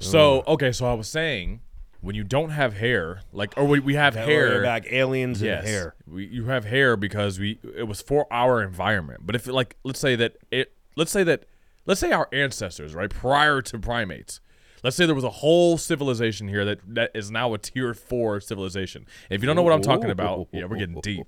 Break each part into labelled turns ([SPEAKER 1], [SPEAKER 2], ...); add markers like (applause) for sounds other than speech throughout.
[SPEAKER 1] So okay, so I was saying, when you don't have hair, like or we, we have hair,
[SPEAKER 2] Hair back, aliens
[SPEAKER 1] yes,
[SPEAKER 2] and hair.
[SPEAKER 1] We, you have hair because we it was for our environment. But if like let's say that it let's say that let's say our ancestors right prior to primates. Let's say there was a whole civilization here that, that is now a tier four civilization. If you don't know what I'm talking about, yeah, we're getting deep.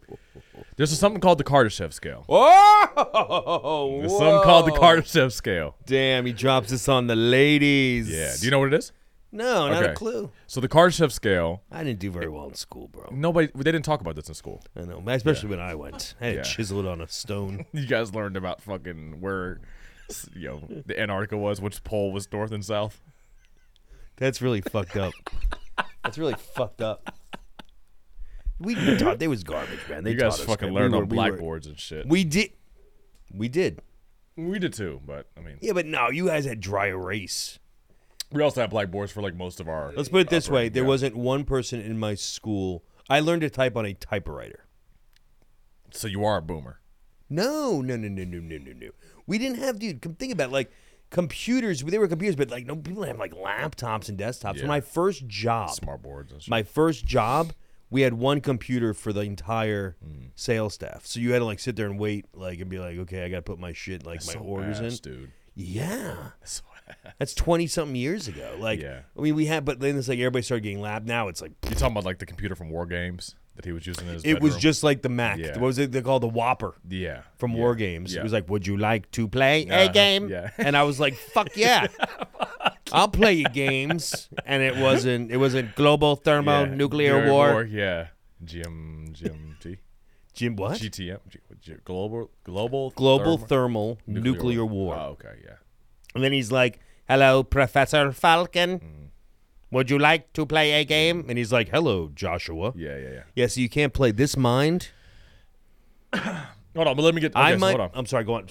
[SPEAKER 1] There's something called the Kardashev scale.
[SPEAKER 2] Oh,
[SPEAKER 1] There's something called the Kardashev scale.
[SPEAKER 2] Damn, he drops this on the ladies.
[SPEAKER 1] Yeah. Do you know what it is?
[SPEAKER 2] No, not
[SPEAKER 1] Okay.
[SPEAKER 2] a clue.
[SPEAKER 1] So the Kardashev scale,
[SPEAKER 2] I didn't do very well in school, bro.
[SPEAKER 1] nobody they didn't talk about this in school.
[SPEAKER 2] I know, especially when I went. I had
[SPEAKER 1] Yeah.
[SPEAKER 2] to chisel it on a stone.
[SPEAKER 1] You guys learned about fucking where you know the Antarctica was, which pole was north and south.
[SPEAKER 2] That's really fucked up. That's really fucked up. We taught they was garbage, man. They
[SPEAKER 1] You guys
[SPEAKER 2] taught us,
[SPEAKER 1] fucking
[SPEAKER 2] man.
[SPEAKER 1] learned
[SPEAKER 2] we
[SPEAKER 1] on
[SPEAKER 2] were- we were-
[SPEAKER 1] blackboards and shit.
[SPEAKER 2] We did. We did.
[SPEAKER 1] We did too, but I mean,
[SPEAKER 2] Yeah, but no, you guys had dry erase.
[SPEAKER 1] we also had blackboards for like most of our.
[SPEAKER 2] Let's put it this way:
[SPEAKER 1] operating,
[SPEAKER 2] there
[SPEAKER 1] yeah.
[SPEAKER 2] wasn't one person in my school. I learned to type on a typewriter.
[SPEAKER 1] So you are a boomer.
[SPEAKER 2] No, no, no, no, no, no, no, no. We didn't have, dude. Come think about it, like computers. They were computers, but like no people didn't have like laptops and desktops.
[SPEAKER 1] Yeah.
[SPEAKER 2] My first job,
[SPEAKER 1] Smart boards and shit.
[SPEAKER 2] my first job, we had one computer for the entire
[SPEAKER 1] Mm.
[SPEAKER 2] sales staff. So you had to like sit there and wait, like, and be like, okay, I got to put my shit, like my
[SPEAKER 1] So
[SPEAKER 2] orders
[SPEAKER 1] ass,
[SPEAKER 2] in.
[SPEAKER 1] dude.
[SPEAKER 2] Yeah,
[SPEAKER 1] So ass.
[SPEAKER 2] that's twenty something years ago. Like,
[SPEAKER 1] Yeah.
[SPEAKER 2] I mean, we had, but then it's like everybody started getting lap. Now it's like
[SPEAKER 1] You talking about like the computer from War Games that he was using in his?
[SPEAKER 2] it was
[SPEAKER 1] bedroom?
[SPEAKER 2] just like the Mac.
[SPEAKER 1] Yeah.
[SPEAKER 2] What was it? They called the Whopper.
[SPEAKER 1] yeah
[SPEAKER 2] from
[SPEAKER 1] yeah,
[SPEAKER 2] War Games.
[SPEAKER 1] Yeah.
[SPEAKER 2] It was like, "Would you like to play
[SPEAKER 1] Uh-huh,
[SPEAKER 2] a game?"
[SPEAKER 1] yeah.
[SPEAKER 2] And I was like,
[SPEAKER 1] (laughs)
[SPEAKER 2] "Fuck yeah, I'll play you games." And it wasn't it wasn't global
[SPEAKER 1] Yeah,
[SPEAKER 2] thermonuclear
[SPEAKER 1] nuclear
[SPEAKER 2] war.
[SPEAKER 1] Yeah, GM GMT
[SPEAKER 2] Jim, what?
[SPEAKER 1] GTM G- G- global global
[SPEAKER 2] global
[SPEAKER 1] thermo-
[SPEAKER 2] thermal nuclear, war.
[SPEAKER 1] Oh, okay, yeah.
[SPEAKER 2] And then he's like, "Hello, Professor Falcon.
[SPEAKER 1] Mm.
[SPEAKER 2] Would you like to play a game?" And he's like, "Hello, Joshua." Yeah.
[SPEAKER 1] Yeah, yeah, yeah.
[SPEAKER 2] so you can't play this mind.
[SPEAKER 1] Hold on, but let me get. Okay,
[SPEAKER 2] I
[SPEAKER 1] so
[SPEAKER 2] might.
[SPEAKER 1] Oh, hold on. Oh.
[SPEAKER 2] I'm sorry. Go on.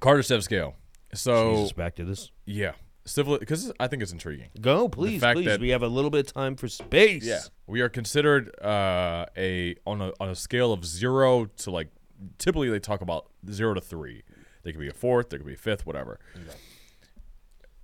[SPEAKER 1] Kardashev scale. So
[SPEAKER 2] Jesus, back to this.
[SPEAKER 1] yeah, civil because I think it's intriguing.
[SPEAKER 2] Go, please,
[SPEAKER 1] fact
[SPEAKER 2] please.
[SPEAKER 1] that-
[SPEAKER 2] we have a little bit of time for space.
[SPEAKER 1] Yeah, we are considered uh, a on a on a scale of zero to like typically they talk about zero to three. They could be a fourth, there could be a fifth, whatever.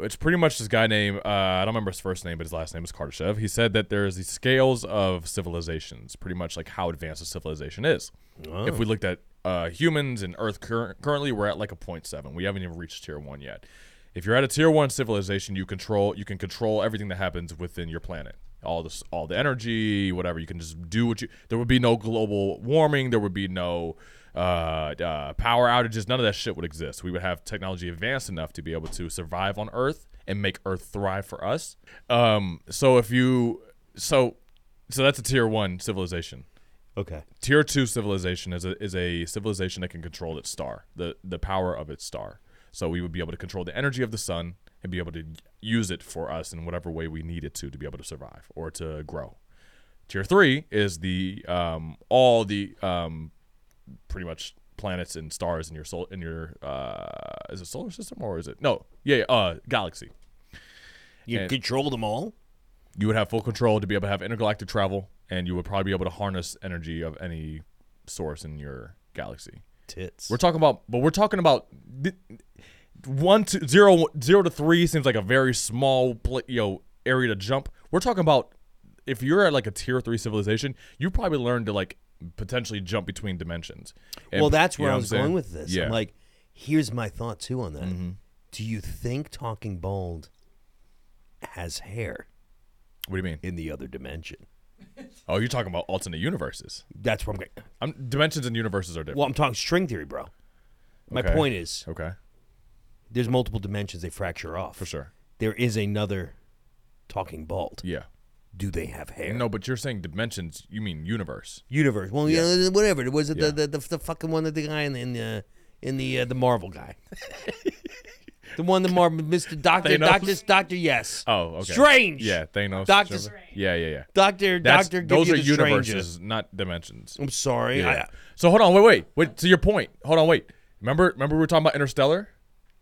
[SPEAKER 1] It's pretty much this guy named uh, I don't remember his first name, but his last name is Kardashev. He said that there's these scales of civilizations, pretty much like how advanced a civilization is. If we looked at uh, humans and Earth cur- currently, we're at like a 0.7. We haven't even reached tier one yet. If you're at a tier one civilization, you control you can control everything that happens within your planet. All this, all the energy, whatever. You can just do what you. There would be no global warming. There would be no uh, uh, power outages. None of that shit would exist. We would have technology advanced enough to be able to survive on Earth and make Earth thrive for us. Um, so if you, so, so that's a tier one civilization
[SPEAKER 2] Okay.
[SPEAKER 1] tier two civilization is a, is a civilization that can control its star, the the power of its star. So we would be able to control the energy of the sun and be able to use it for us in whatever way we need it to to be able to survive or to grow. Tier three is the um, all the um, pretty much planets and stars in your sol in your uh, is it solar system or is it no yeah, yeah uh galaxy.
[SPEAKER 2] You
[SPEAKER 1] And-
[SPEAKER 2] control them all.
[SPEAKER 1] You would have full control to be able to have intergalactic travel, and you would probably be able to harness energy of any source in your galaxy.
[SPEAKER 2] tits.
[SPEAKER 1] We're talking about, but we're talking about th- one to zero, zero to three seems like a very small, pla you know, area to jump. We're talking about if you're at like a tier three civilization, you probably learn to like potentially jump between dimensions. And-
[SPEAKER 2] well, that's
[SPEAKER 1] you
[SPEAKER 2] where
[SPEAKER 1] know
[SPEAKER 2] I
[SPEAKER 1] what
[SPEAKER 2] was
[SPEAKER 1] I'm saying?
[SPEAKER 2] going with this.
[SPEAKER 1] Yeah, Mm-hmm.
[SPEAKER 2] I'm like, here's my thought too on that. Do you think talking bald has hair
[SPEAKER 1] what do you mean?
[SPEAKER 2] in the other dimension?
[SPEAKER 1] Oh, you're talking about alternate universes.
[SPEAKER 2] That's where I'm going.
[SPEAKER 1] i dimensions and universes are different.
[SPEAKER 2] Well, I'm talking string theory, bro. My
[SPEAKER 1] Okay.
[SPEAKER 2] point is,
[SPEAKER 1] okay,
[SPEAKER 2] there's multiple dimensions they fracture off.
[SPEAKER 1] for sure.
[SPEAKER 2] There is another talking bald.
[SPEAKER 1] Yeah.
[SPEAKER 2] Do they have hair?
[SPEAKER 1] No, but you're saying dimensions. You mean universe?
[SPEAKER 2] Universe. Well, yeah, whatever. Was it
[SPEAKER 1] Yeah.
[SPEAKER 2] the, the, the the fucking one that the guy in the in the in the, uh, the
[SPEAKER 1] (laughs)
[SPEAKER 2] Marvel guy? the one the Marvel, Mr. Doctor,
[SPEAKER 1] Thanos?
[SPEAKER 2] Doctor, Doctor. Yes.
[SPEAKER 1] Oh, okay.
[SPEAKER 2] Strange.
[SPEAKER 1] Yeah, Thanos.
[SPEAKER 2] Doctor-
[SPEAKER 1] Trevor. Yeah, yeah, yeah.
[SPEAKER 2] Doctor,
[SPEAKER 1] That's,
[SPEAKER 2] Doctor, give
[SPEAKER 1] those
[SPEAKER 2] you
[SPEAKER 1] are
[SPEAKER 2] the
[SPEAKER 1] universes,
[SPEAKER 2] stranger.
[SPEAKER 1] not dimensions.
[SPEAKER 2] I'm sorry.
[SPEAKER 1] Yeah.
[SPEAKER 2] I,
[SPEAKER 1] So hold on, wait, wait, wait. To your point, hold on, wait. Remember, remember we were talking about Interstellar.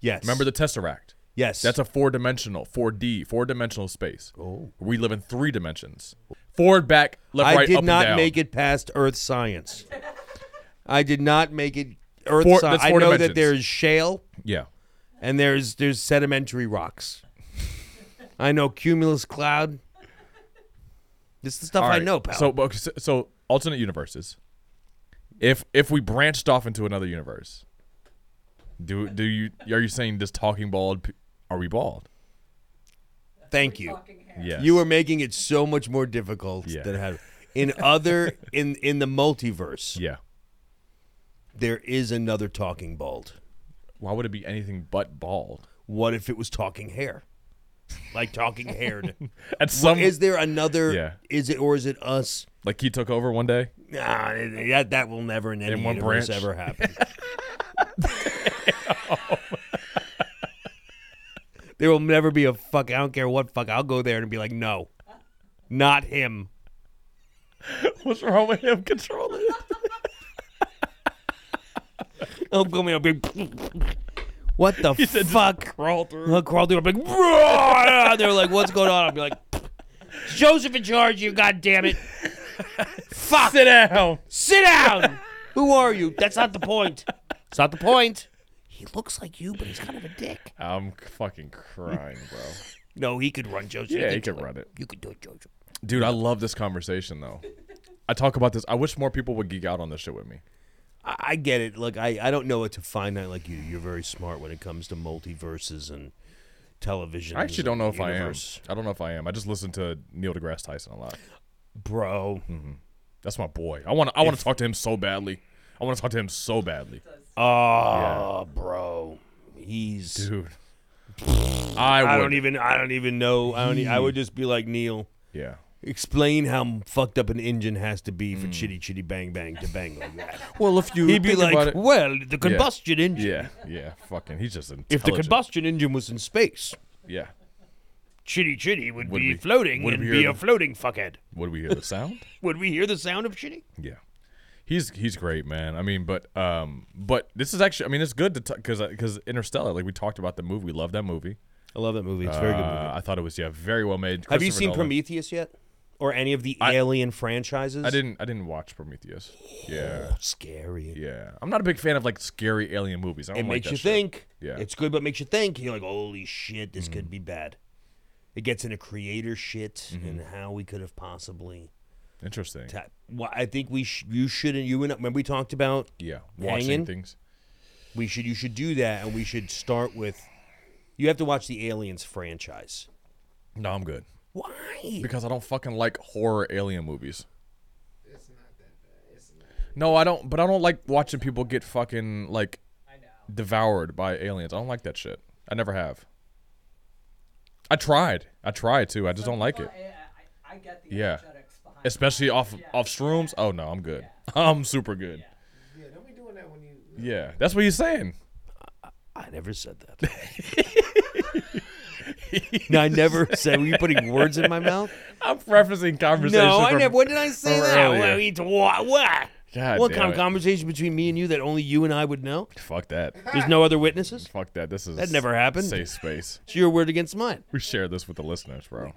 [SPEAKER 2] yes.
[SPEAKER 1] Remember the Tesseract.
[SPEAKER 2] yes.
[SPEAKER 1] That's a four-dimensional, 4D, four-dimensional space.
[SPEAKER 2] Oh.
[SPEAKER 1] We live in three dimensions: forward, back, left,
[SPEAKER 2] I
[SPEAKER 1] right,
[SPEAKER 2] did
[SPEAKER 1] up,
[SPEAKER 2] not
[SPEAKER 1] and down.
[SPEAKER 2] make it past Earth science. I did not make it Earth
[SPEAKER 1] Four-
[SPEAKER 2] science.
[SPEAKER 1] that's
[SPEAKER 2] I
[SPEAKER 1] four
[SPEAKER 2] know that
[SPEAKER 1] dimensions.
[SPEAKER 2] there's shale
[SPEAKER 1] Yeah.
[SPEAKER 2] and there's there's sedimentary rocks. I know cumulus cloud. This is the stuff
[SPEAKER 1] All
[SPEAKER 2] I
[SPEAKER 1] right,
[SPEAKER 2] know, pal.
[SPEAKER 1] So, but- so, so alternate universes. If if we branched off into another universe, do do you are you saying does talking bald? p- Are we bald?
[SPEAKER 2] thank you.
[SPEAKER 1] Yes.
[SPEAKER 2] You are making it so much more difficult
[SPEAKER 1] Yeah.
[SPEAKER 2] than it had. In other in in the multiverse,
[SPEAKER 1] Yeah.
[SPEAKER 2] there is another talking bald.
[SPEAKER 1] Why would it be anything but bald?
[SPEAKER 2] What if it was talking hair? Like
[SPEAKER 1] (laughs)
[SPEAKER 2] talking haired.
[SPEAKER 1] At some
[SPEAKER 2] is there another
[SPEAKER 1] Um, Yeah.
[SPEAKER 2] is it or is it us?
[SPEAKER 1] like he took over one day.
[SPEAKER 2] Nah, it- that that will never in any
[SPEAKER 1] In one
[SPEAKER 2] universe
[SPEAKER 1] branch.
[SPEAKER 2] ever
[SPEAKER 1] (laughs)
[SPEAKER 2] happen. (laughs) there will never be a fuck. I don't care what fuck. I'll go there and be like, no, not him.
[SPEAKER 1] What's wrong with him controlling it?
[SPEAKER 2] I'll go in, I'll be. What
[SPEAKER 1] (laughs)
[SPEAKER 2] the fuck?
[SPEAKER 1] Crawl through.
[SPEAKER 2] I'll crawl through. I'll be like, "Roar!" they're like, what's going on? I'll be like, Joseph in charge. You
[SPEAKER 1] (laughs)
[SPEAKER 2] goddamn it. fuck.
[SPEAKER 1] Sit down.
[SPEAKER 2] Sit down. (laughs) Who are you? That's not the point. It's not the point. He looks like you, but he's kind of a dick.
[SPEAKER 1] I'm fucking crying, bro.
[SPEAKER 2] No, he could run, Joseph.
[SPEAKER 1] (laughs)
[SPEAKER 2] You
[SPEAKER 1] Yeah, he
[SPEAKER 2] do
[SPEAKER 1] can
[SPEAKER 2] it.
[SPEAKER 1] run it.
[SPEAKER 2] You could do it, Joseph.
[SPEAKER 1] Dude, I love this conversation though. I talk about this. I wish more people would geek out on this shit with me.
[SPEAKER 2] I, I get it. Look, I, I don't know what to find out like you. You're very smart when it comes to multiverses and television.
[SPEAKER 1] I actually don't know if
[SPEAKER 2] universe.
[SPEAKER 1] I am. I don't know if I am. I just listen to Neil deGrasse Tyson a lot.
[SPEAKER 2] Bro.
[SPEAKER 1] Hmm. That's my boy. I want to. I want to talk to him so badly. I want to talk to him so badly,
[SPEAKER 2] Oh, bro. He's.
[SPEAKER 1] dude. I, would,
[SPEAKER 2] I don't even. I don't even know. I don't. e- I would just be like Neil.
[SPEAKER 1] Yeah.
[SPEAKER 2] Explain how fucked up an engine has to be for
[SPEAKER 1] Hmm.
[SPEAKER 2] chitty chitty bang bang to bang like that.
[SPEAKER 1] Well, if you
[SPEAKER 2] He'd be like, well, the combustion engine.
[SPEAKER 1] yeah, yeah, fucking. He's just intelligent.
[SPEAKER 2] If the combustion engine was in space,
[SPEAKER 1] yeah.
[SPEAKER 2] Chitty Chitty would,
[SPEAKER 1] Would
[SPEAKER 2] be
[SPEAKER 1] we-
[SPEAKER 2] floating
[SPEAKER 1] would
[SPEAKER 2] and
[SPEAKER 1] we
[SPEAKER 2] be
[SPEAKER 1] hear
[SPEAKER 2] a
[SPEAKER 1] the-
[SPEAKER 2] floating fuckhead.
[SPEAKER 1] Would we hear the sound?
[SPEAKER 2] Would we hear the sound of Chitty?
[SPEAKER 1] Yeah, he's he's great, man. I mean, but um, but this is actually, I mean, it's good to because because Interstellar, like we talked about the movie, we love that movie.
[SPEAKER 2] I love that movie. It's a
[SPEAKER 1] Uh, I thought it was yeah, very well made.
[SPEAKER 2] Have you
[SPEAKER 1] Christopher
[SPEAKER 2] seen
[SPEAKER 1] Nolan.
[SPEAKER 2] Prometheus yet, or any of the
[SPEAKER 1] I-
[SPEAKER 2] Alien franchises?
[SPEAKER 1] I didn't I didn't watch Prometheus. Yeah,
[SPEAKER 2] Oh, scary.
[SPEAKER 1] yeah. I'm not a big fan of like scary alien movies. I don't
[SPEAKER 2] It
[SPEAKER 1] like
[SPEAKER 2] makes
[SPEAKER 1] that
[SPEAKER 2] you
[SPEAKER 1] shit.
[SPEAKER 2] think.
[SPEAKER 1] Yeah. Mm.
[SPEAKER 2] It's good, but makes you think. You're like, holy shit, this could be bad. It gets into creator shit
[SPEAKER 1] Mm-hmm.
[SPEAKER 2] and how we could have possibly.
[SPEAKER 1] Interesting.
[SPEAKER 2] Ta- well, I think we sh- you shouldn't. You and remember we talked about
[SPEAKER 1] Yeah, watching
[SPEAKER 2] Hanging?
[SPEAKER 1] things.
[SPEAKER 2] we should you should do that and we should start with you have to watch the aliens franchise
[SPEAKER 1] No, I'm good
[SPEAKER 2] why
[SPEAKER 1] because I don't fucking like horror alien movies.
[SPEAKER 3] It's not that bad. It's not.
[SPEAKER 1] No, I don't. But I don't like watching people get fucking like
[SPEAKER 3] I know.
[SPEAKER 1] devoured by aliens. I don't like that shit. I never have. I tried. I tried to. I just don't like it.
[SPEAKER 3] Yeah, I, I get the
[SPEAKER 1] Yeah.
[SPEAKER 3] energetics behind it.
[SPEAKER 1] Especially off off shrooms. Oh no, I'm good. (laughs) I'm super good.
[SPEAKER 3] Yeah, don't be doing that when you.
[SPEAKER 1] Yeah, that's what he's saying.
[SPEAKER 2] i never said that (laughs) no i never said were you putting words in my mouth
[SPEAKER 1] I'm referencing conversation.
[SPEAKER 2] (laughs) no i
[SPEAKER 1] from-
[SPEAKER 2] never what did i say
[SPEAKER 1] from
[SPEAKER 2] that
[SPEAKER 1] earlier.
[SPEAKER 2] what, we- what, what?
[SPEAKER 1] God
[SPEAKER 2] What
[SPEAKER 1] damn
[SPEAKER 2] kind
[SPEAKER 1] it.
[SPEAKER 2] of conversation between me and you that only you and i would know
[SPEAKER 1] Fuck that.
[SPEAKER 2] there's no other witnesses
[SPEAKER 1] Fuck that. This is
[SPEAKER 2] That never happened.
[SPEAKER 1] Safe space.
[SPEAKER 2] it's your word against mine
[SPEAKER 1] We share this with the listeners,
[SPEAKER 2] (laughs)
[SPEAKER 1] bro.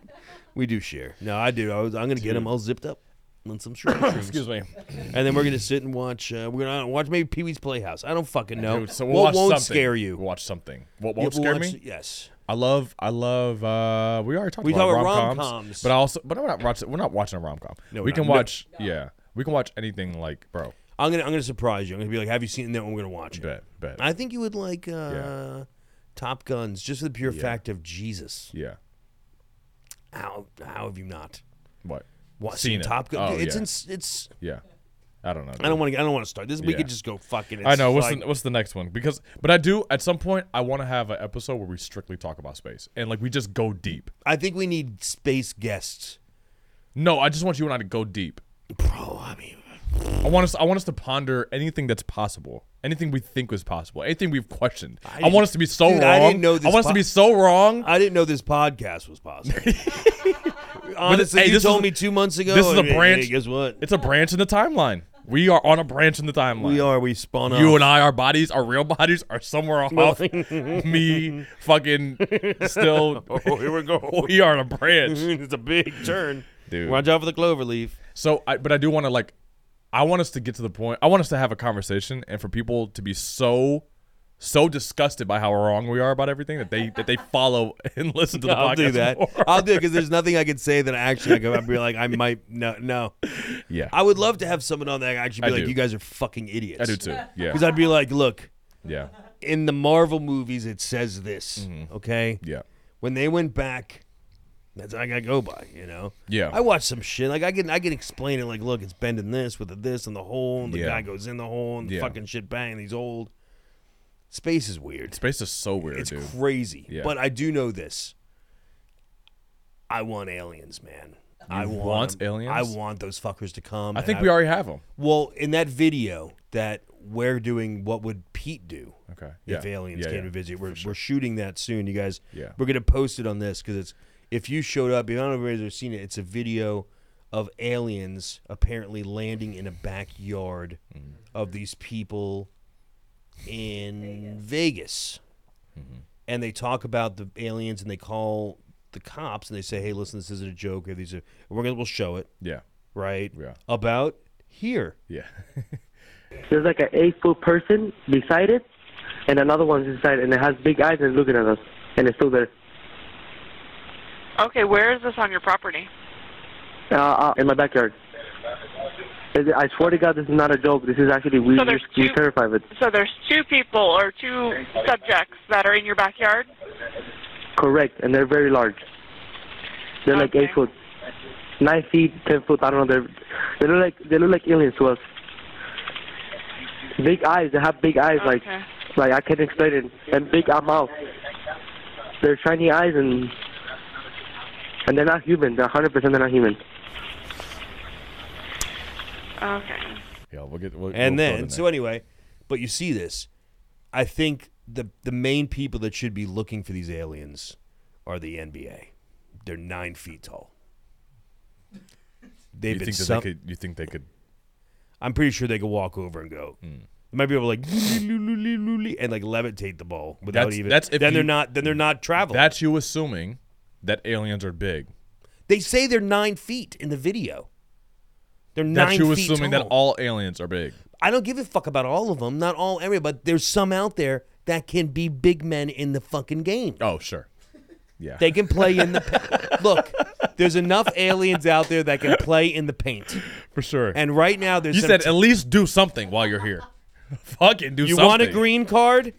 [SPEAKER 2] we do share no i do I was, i'm gonna get them all zipped up on (laughs) some shrooms
[SPEAKER 1] Excuse me.
[SPEAKER 2] and then we're gonna sit and watch uh, we're gonna watch maybe pee-wee's playhouse i don't fucking know
[SPEAKER 1] Dude, so we'll
[SPEAKER 2] Oh, what
[SPEAKER 1] watch
[SPEAKER 2] won't
[SPEAKER 1] something.
[SPEAKER 2] scare you
[SPEAKER 1] We'll watch something. What
[SPEAKER 2] Yeah,
[SPEAKER 1] won't
[SPEAKER 2] we'll
[SPEAKER 1] scare
[SPEAKER 2] watch-
[SPEAKER 1] me?
[SPEAKER 2] Yes.
[SPEAKER 1] I love, I love. uh We already talked
[SPEAKER 2] We
[SPEAKER 1] about
[SPEAKER 2] talked about
[SPEAKER 1] rom-coms,
[SPEAKER 2] rom-coms.
[SPEAKER 1] but I also, but we're not watching. We're not watching a rom com.
[SPEAKER 2] No, we're
[SPEAKER 1] we can
[SPEAKER 2] not. No.
[SPEAKER 1] watch. Yeah, we can watch anything. Like, bro,
[SPEAKER 2] I'm gonna I'm gonna surprise you. I'm gonna be like, have you seen that? one? We're gonna watch it.
[SPEAKER 1] bet, bet.
[SPEAKER 2] I think you would like uh, Top Guns, just for the pure fact of Jesus.
[SPEAKER 1] yeah,
[SPEAKER 2] How how have you not
[SPEAKER 1] what?
[SPEAKER 2] watched
[SPEAKER 1] Seen it.
[SPEAKER 2] Top Gun?
[SPEAKER 1] Oh,
[SPEAKER 2] Dude, it's
[SPEAKER 1] yeah.
[SPEAKER 2] ins- it's.
[SPEAKER 1] Yeah, I don't know.
[SPEAKER 2] I don't want to. I don't want to start this. We
[SPEAKER 1] Yeah.
[SPEAKER 2] could just go fucking. It's
[SPEAKER 1] I know. What's
[SPEAKER 2] like-
[SPEAKER 1] the, what's the next one? Because, but I do at some point. I want to have an episode where we strictly talk about space and like we just go deep.
[SPEAKER 2] I think we need space guests,
[SPEAKER 1] No, I just want you and I to go deep.
[SPEAKER 2] bro. I mean,
[SPEAKER 1] I want us. I want us to ponder anything that's possible, anything we think was possible, anything we've questioned. I,
[SPEAKER 2] didn't-
[SPEAKER 1] want us to be so
[SPEAKER 2] Dude,
[SPEAKER 1] wrong.
[SPEAKER 2] I didn't know this
[SPEAKER 1] want us
[SPEAKER 2] po-
[SPEAKER 1] to be so wrong.
[SPEAKER 2] I didn't know this podcast
[SPEAKER 1] (laughs)
[SPEAKER 2] was possible. (laughs) Honestly,
[SPEAKER 1] hey,
[SPEAKER 2] you
[SPEAKER 1] this
[SPEAKER 2] told
[SPEAKER 1] is-
[SPEAKER 2] me two months ago.
[SPEAKER 1] this is a
[SPEAKER 2] hey,
[SPEAKER 1] branch-
[SPEAKER 2] Hey, guess what?
[SPEAKER 1] It's a branch in the timeline. We are on a branch in the timeline.
[SPEAKER 2] we are. We spawn
[SPEAKER 1] You
[SPEAKER 2] off.
[SPEAKER 1] and I, our bodies, our real bodies, are somewhere off. (laughs) Me, fucking, still. (laughs)
[SPEAKER 2] Oh, here we (laughs) go.
[SPEAKER 1] We are on a branch,
[SPEAKER 2] (laughs) it's a big turn.
[SPEAKER 1] dude.
[SPEAKER 2] Watch out for the clover leaf.
[SPEAKER 1] So, I, but I do want to like, I want us to get to the point. I want us to have a conversation, and for people to be so so disgusted by how wrong we are about everything that they that they follow and listen to the
[SPEAKER 2] (laughs) (laughs) I'll
[SPEAKER 1] podcast.
[SPEAKER 2] do that.
[SPEAKER 1] more.
[SPEAKER 2] I'll do it because there's nothing I can say that I actually like, I'd be like, I might no no.
[SPEAKER 1] Yeah,
[SPEAKER 2] I would love to have someone on that actually be
[SPEAKER 1] I
[SPEAKER 2] like,
[SPEAKER 1] do.
[SPEAKER 2] you guys are fucking idiots.
[SPEAKER 1] I do too. Yeah,
[SPEAKER 2] Because I'd be like, look,
[SPEAKER 1] yeah,
[SPEAKER 2] in the Marvel movies it says this. Okay.
[SPEAKER 1] Mm-hmm. yeah,
[SPEAKER 2] When they went back, that's what I gotta go by, you know?
[SPEAKER 1] Yeah.
[SPEAKER 2] I watch some shit. Like I can I can explain it like, look, it's bending this with a this and the hole, and the
[SPEAKER 1] Yeah.
[SPEAKER 2] guy goes in the hole and the
[SPEAKER 1] Yeah.
[SPEAKER 2] fucking shit bang, and he's old. Space is weird.
[SPEAKER 1] space is so weird,
[SPEAKER 2] It's
[SPEAKER 1] dude.
[SPEAKER 2] crazy.
[SPEAKER 1] Yeah.
[SPEAKER 2] But I do know this. I want aliens, man. I want,
[SPEAKER 1] want
[SPEAKER 2] 'em.
[SPEAKER 1] aliens?
[SPEAKER 2] I want those fuckers to come.
[SPEAKER 1] I
[SPEAKER 2] and
[SPEAKER 1] think we already have them.
[SPEAKER 2] Well, in that video that we're doing, what would Pete do?
[SPEAKER 1] Okay.
[SPEAKER 2] If aliens came
[SPEAKER 1] yeah.
[SPEAKER 2] to visit, we're, we're shooting that soon, you guys.
[SPEAKER 1] Yeah.
[SPEAKER 2] We're gonna post it on this because it's if you showed up, if I don't know if everybody's ever seen it, it's a video of aliens apparently landing in a backyard
[SPEAKER 1] Mm-hmm.
[SPEAKER 2] of these people in Vegas.
[SPEAKER 1] Mm-hmm.
[SPEAKER 2] And they talk about the aliens and they call the cops and they say, "Hey, listen, this isn't a joke. Or these are we're gonna we'll show it,
[SPEAKER 1] Yeah.
[SPEAKER 2] right?
[SPEAKER 1] Yeah.
[SPEAKER 2] About here."
[SPEAKER 1] Yeah. (laughs)
[SPEAKER 4] There's like an eight foot person beside it, and another one's inside, and it has big eyes and looking at us, and it's still there.
[SPEAKER 5] Okay, where is this on your property?
[SPEAKER 4] Uh, uh, in my backyard. Is- I swear to God, this is not a joke. This is actually we
[SPEAKER 5] So there's
[SPEAKER 4] we
[SPEAKER 5] two-
[SPEAKER 4] terrified of it.
[SPEAKER 5] So there's two people or two subjects that are in your backyard.
[SPEAKER 4] Correct, and they're very large. They're like
[SPEAKER 5] Okay.
[SPEAKER 4] eight foot, nine feet, ten foot. I don't know. They're they look like they look like aliens to us. Big eyes. They have big eyes. Like
[SPEAKER 5] Okay.
[SPEAKER 4] like I can't explain it. And big uh, mouth. They're shiny eyes and and they're not human. They're hundred percent they're not human.
[SPEAKER 5] Okay.
[SPEAKER 1] Yeah. We'll get. We'll, we'll throw
[SPEAKER 2] And
[SPEAKER 1] it
[SPEAKER 2] then,
[SPEAKER 1] in
[SPEAKER 2] so anyway, but you see this. I think the the main people that should be looking for these aliens are the NBA. They're nine feet
[SPEAKER 1] (laughs)
[SPEAKER 2] tall.
[SPEAKER 1] there.
[SPEAKER 2] They've
[SPEAKER 1] you
[SPEAKER 2] been
[SPEAKER 1] think that
[SPEAKER 2] some-
[SPEAKER 1] they could? You think they could?
[SPEAKER 2] I'm pretty sure they could walk over and go.
[SPEAKER 1] Hmm.
[SPEAKER 2] They might be able to like (laughs) and like levitate the ball without
[SPEAKER 1] That's-
[SPEAKER 2] even.
[SPEAKER 1] that's if
[SPEAKER 2] then they're
[SPEAKER 1] you-
[SPEAKER 2] not. Then they're not traveling.
[SPEAKER 1] That's you assuming that aliens are big.
[SPEAKER 2] they say they're nine feet in the video. They're
[SPEAKER 1] That's
[SPEAKER 2] nine
[SPEAKER 1] you
[SPEAKER 2] feet
[SPEAKER 1] assuming
[SPEAKER 2] tall.
[SPEAKER 1] that all aliens are big.
[SPEAKER 2] I don't give a fuck about all of them. Not all area, but there's some out there that can be big men in the fucking game.
[SPEAKER 1] Oh sure. Yeah.
[SPEAKER 2] They can play in the pa- (laughs) look. There's enough aliens out there that can play in the paint.
[SPEAKER 1] for sure.
[SPEAKER 2] And right now, there's
[SPEAKER 1] you
[SPEAKER 2] some
[SPEAKER 1] said at least do something while you're here. (laughs) Fucking do
[SPEAKER 2] you
[SPEAKER 1] something.
[SPEAKER 2] want a green card.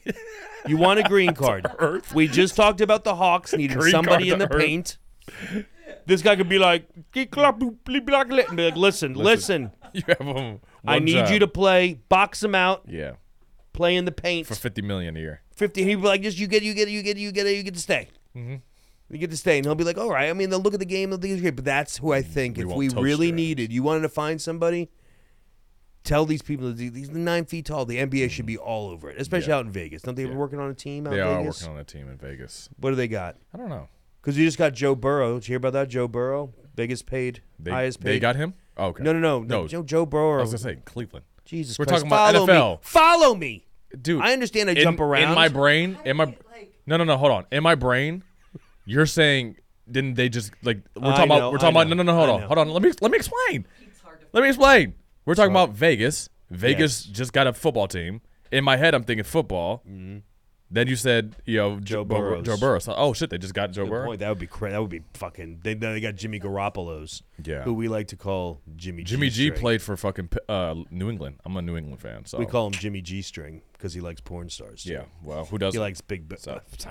[SPEAKER 2] You want a green
[SPEAKER 1] (laughs)
[SPEAKER 2] card. We just talked about the Hawks needing
[SPEAKER 1] Green
[SPEAKER 2] somebody in
[SPEAKER 1] card
[SPEAKER 2] the
[SPEAKER 1] to Earth.
[SPEAKER 2] paint. This guy could be like, "Get clap, boop, bleep, block, let," and be like, listen, listen,
[SPEAKER 1] (laughs) You have 'em
[SPEAKER 2] I
[SPEAKER 1] one
[SPEAKER 2] need
[SPEAKER 1] job.
[SPEAKER 2] you to play, box him out,
[SPEAKER 1] Yeah.
[SPEAKER 2] play in the paint.
[SPEAKER 1] For fifty million a year.
[SPEAKER 2] Fifty, he'd be like, just you get, you get, you get, you get, you get to stay.
[SPEAKER 1] Mm-hmm.
[SPEAKER 2] You get to stay, and he'll be like, all right. I mean, they'll look at the game, they'll think it's great, but that's who I think. if
[SPEAKER 1] Mm, won't
[SPEAKER 2] we
[SPEAKER 1] toast
[SPEAKER 2] really
[SPEAKER 1] your ass.
[SPEAKER 2] needed, you wanted to find somebody, tell these people that these are nine feet tall. The NBA should be all over it, especially
[SPEAKER 1] Mm-hmm. Yeah.
[SPEAKER 2] out in Vegas. Don't they have working on a team out
[SPEAKER 1] They
[SPEAKER 2] in
[SPEAKER 1] are
[SPEAKER 2] Vegas?
[SPEAKER 1] working on a team in Vegas.
[SPEAKER 2] What do they got?
[SPEAKER 1] I don't know.
[SPEAKER 2] Because you just got Joe Burrow. Did you hear about that? Joe Burrow, biggest paid,
[SPEAKER 1] They,
[SPEAKER 2] highest paid.
[SPEAKER 1] they got him? Oh, okay.
[SPEAKER 2] no, no, no,
[SPEAKER 1] No,
[SPEAKER 2] no. Joe, Joe Burrow.
[SPEAKER 1] I was gonna say Cleveland.
[SPEAKER 2] Jesus
[SPEAKER 1] We're
[SPEAKER 2] Christ.
[SPEAKER 1] talking about
[SPEAKER 2] Follow Me.
[SPEAKER 1] NFL.
[SPEAKER 2] Follow me.
[SPEAKER 1] Dude,
[SPEAKER 2] I understand I
[SPEAKER 1] in-
[SPEAKER 2] jump around.
[SPEAKER 1] In my brain, in my No, no, no, hold on. In my brain, you're saying didn't they just like we're
[SPEAKER 2] I
[SPEAKER 1] talking
[SPEAKER 2] know,
[SPEAKER 1] about we're talking
[SPEAKER 2] I
[SPEAKER 1] about no
[SPEAKER 2] know,
[SPEAKER 1] no no hold
[SPEAKER 2] I
[SPEAKER 1] on.
[SPEAKER 2] know.
[SPEAKER 1] Hold on. Let me let me explain. Let me explain. We're talking about Vegas. Vegas
[SPEAKER 2] Yes.
[SPEAKER 1] just got a football team. In my head I'm thinking football. Then you said, you know,
[SPEAKER 2] Mm-hmm. Joe
[SPEAKER 1] Joe Burrow.
[SPEAKER 2] Burrows.
[SPEAKER 1] Joe Burrow. So, oh shit, they just got Joe
[SPEAKER 2] Good
[SPEAKER 1] Burrow.
[SPEAKER 2] point. That would be cra- that would be fucking. They, they got Jimmy Garoppolo's,
[SPEAKER 1] Yeah.
[SPEAKER 2] who we like to call Jimmy.
[SPEAKER 1] Jimmy G
[SPEAKER 2] G-string.
[SPEAKER 1] played for fucking uh, New England. I'm a New England fan, so
[SPEAKER 2] We call him Jimmy G string because he likes porn stars. too.
[SPEAKER 1] yeah. Well, who does?
[SPEAKER 2] he likes big. But,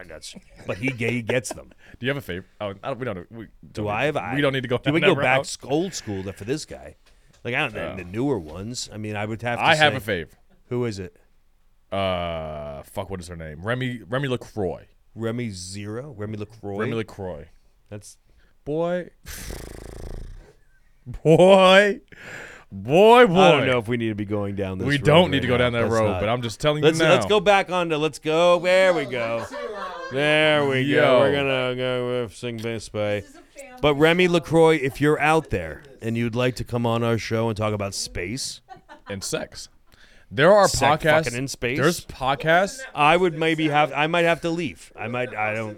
[SPEAKER 2] (laughs) but he he gets
[SPEAKER 1] (laughs)
[SPEAKER 2] them.
[SPEAKER 1] Do you have a favorite? Oh, I don't, we don't. We don't
[SPEAKER 2] Do
[SPEAKER 1] need-
[SPEAKER 2] I have? I,
[SPEAKER 1] We don't need to go.
[SPEAKER 2] Do we
[SPEAKER 1] down
[SPEAKER 2] go
[SPEAKER 1] that
[SPEAKER 2] back
[SPEAKER 1] route.
[SPEAKER 2] to old school for this guy? Like I don't know the newer ones. I mean, I would have. To
[SPEAKER 1] I have
[SPEAKER 2] say-
[SPEAKER 1] a fave.
[SPEAKER 2] Who is it?
[SPEAKER 1] Uh, fuck. What is her name? Remy. Remy Lacroix.
[SPEAKER 2] Remy Zero. Remy Lacroix.
[SPEAKER 1] Remy Lacroix.
[SPEAKER 2] That's
[SPEAKER 1] Boy. (laughs) boy. Boy. Boy.
[SPEAKER 2] I don't know if we need to be going down this.
[SPEAKER 1] we
[SPEAKER 2] road
[SPEAKER 1] don't need
[SPEAKER 2] right
[SPEAKER 1] to go down
[SPEAKER 2] now.
[SPEAKER 1] that
[SPEAKER 2] That's
[SPEAKER 1] road,
[SPEAKER 2] not-
[SPEAKER 1] but I'm just telling
[SPEAKER 2] Let's
[SPEAKER 1] you now.
[SPEAKER 2] let's go back on to let's go. There we go. There we go.
[SPEAKER 1] Yo.
[SPEAKER 2] We're gonna go with sing this by.
[SPEAKER 3] This is a family
[SPEAKER 2] But Remy Lacroix, if you're out there and you'd like to come on our show and talk about space,
[SPEAKER 1] and sex. There are
[SPEAKER 2] Sex
[SPEAKER 1] podcasts
[SPEAKER 2] fucking in space?
[SPEAKER 1] There's podcasts.
[SPEAKER 2] I would maybe have. I might have to leave. I might. I don't.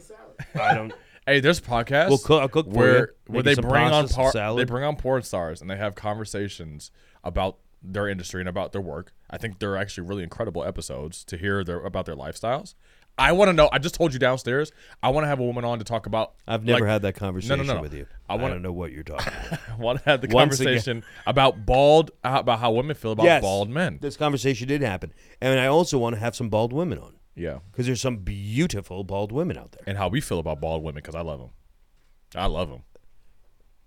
[SPEAKER 2] I don't.
[SPEAKER 1] Hey, there's podcasts.
[SPEAKER 2] We'll cook- I'll cook for you.
[SPEAKER 1] where
[SPEAKER 2] Make you
[SPEAKER 1] where they
[SPEAKER 2] some
[SPEAKER 1] bring on
[SPEAKER 2] pasta, some
[SPEAKER 1] par-
[SPEAKER 2] salad.
[SPEAKER 1] they bring on porn stars and they have conversations about their industry and about their work. I think they're actually really incredible episodes to hear their about their lifestyles. I want to know. I just told you downstairs. I want to have a woman on to talk about.
[SPEAKER 2] I've never
[SPEAKER 1] like,
[SPEAKER 2] had that conversation
[SPEAKER 1] no, no.
[SPEAKER 2] with you.
[SPEAKER 1] I
[SPEAKER 2] I
[SPEAKER 1] wanna-
[SPEAKER 2] want to know what
[SPEAKER 1] (laughs)
[SPEAKER 2] you're talking about.
[SPEAKER 1] I want to have the
[SPEAKER 2] Once again-
[SPEAKER 1] conversation about bald uh, about how women feel about
[SPEAKER 2] Yes.
[SPEAKER 1] bald men.
[SPEAKER 2] This conversation did happen, and I also want to have some bald women on
[SPEAKER 1] Yeah,
[SPEAKER 2] because there's some beautiful bald women out there.
[SPEAKER 1] and how we feel about bald women because I love them. I love them.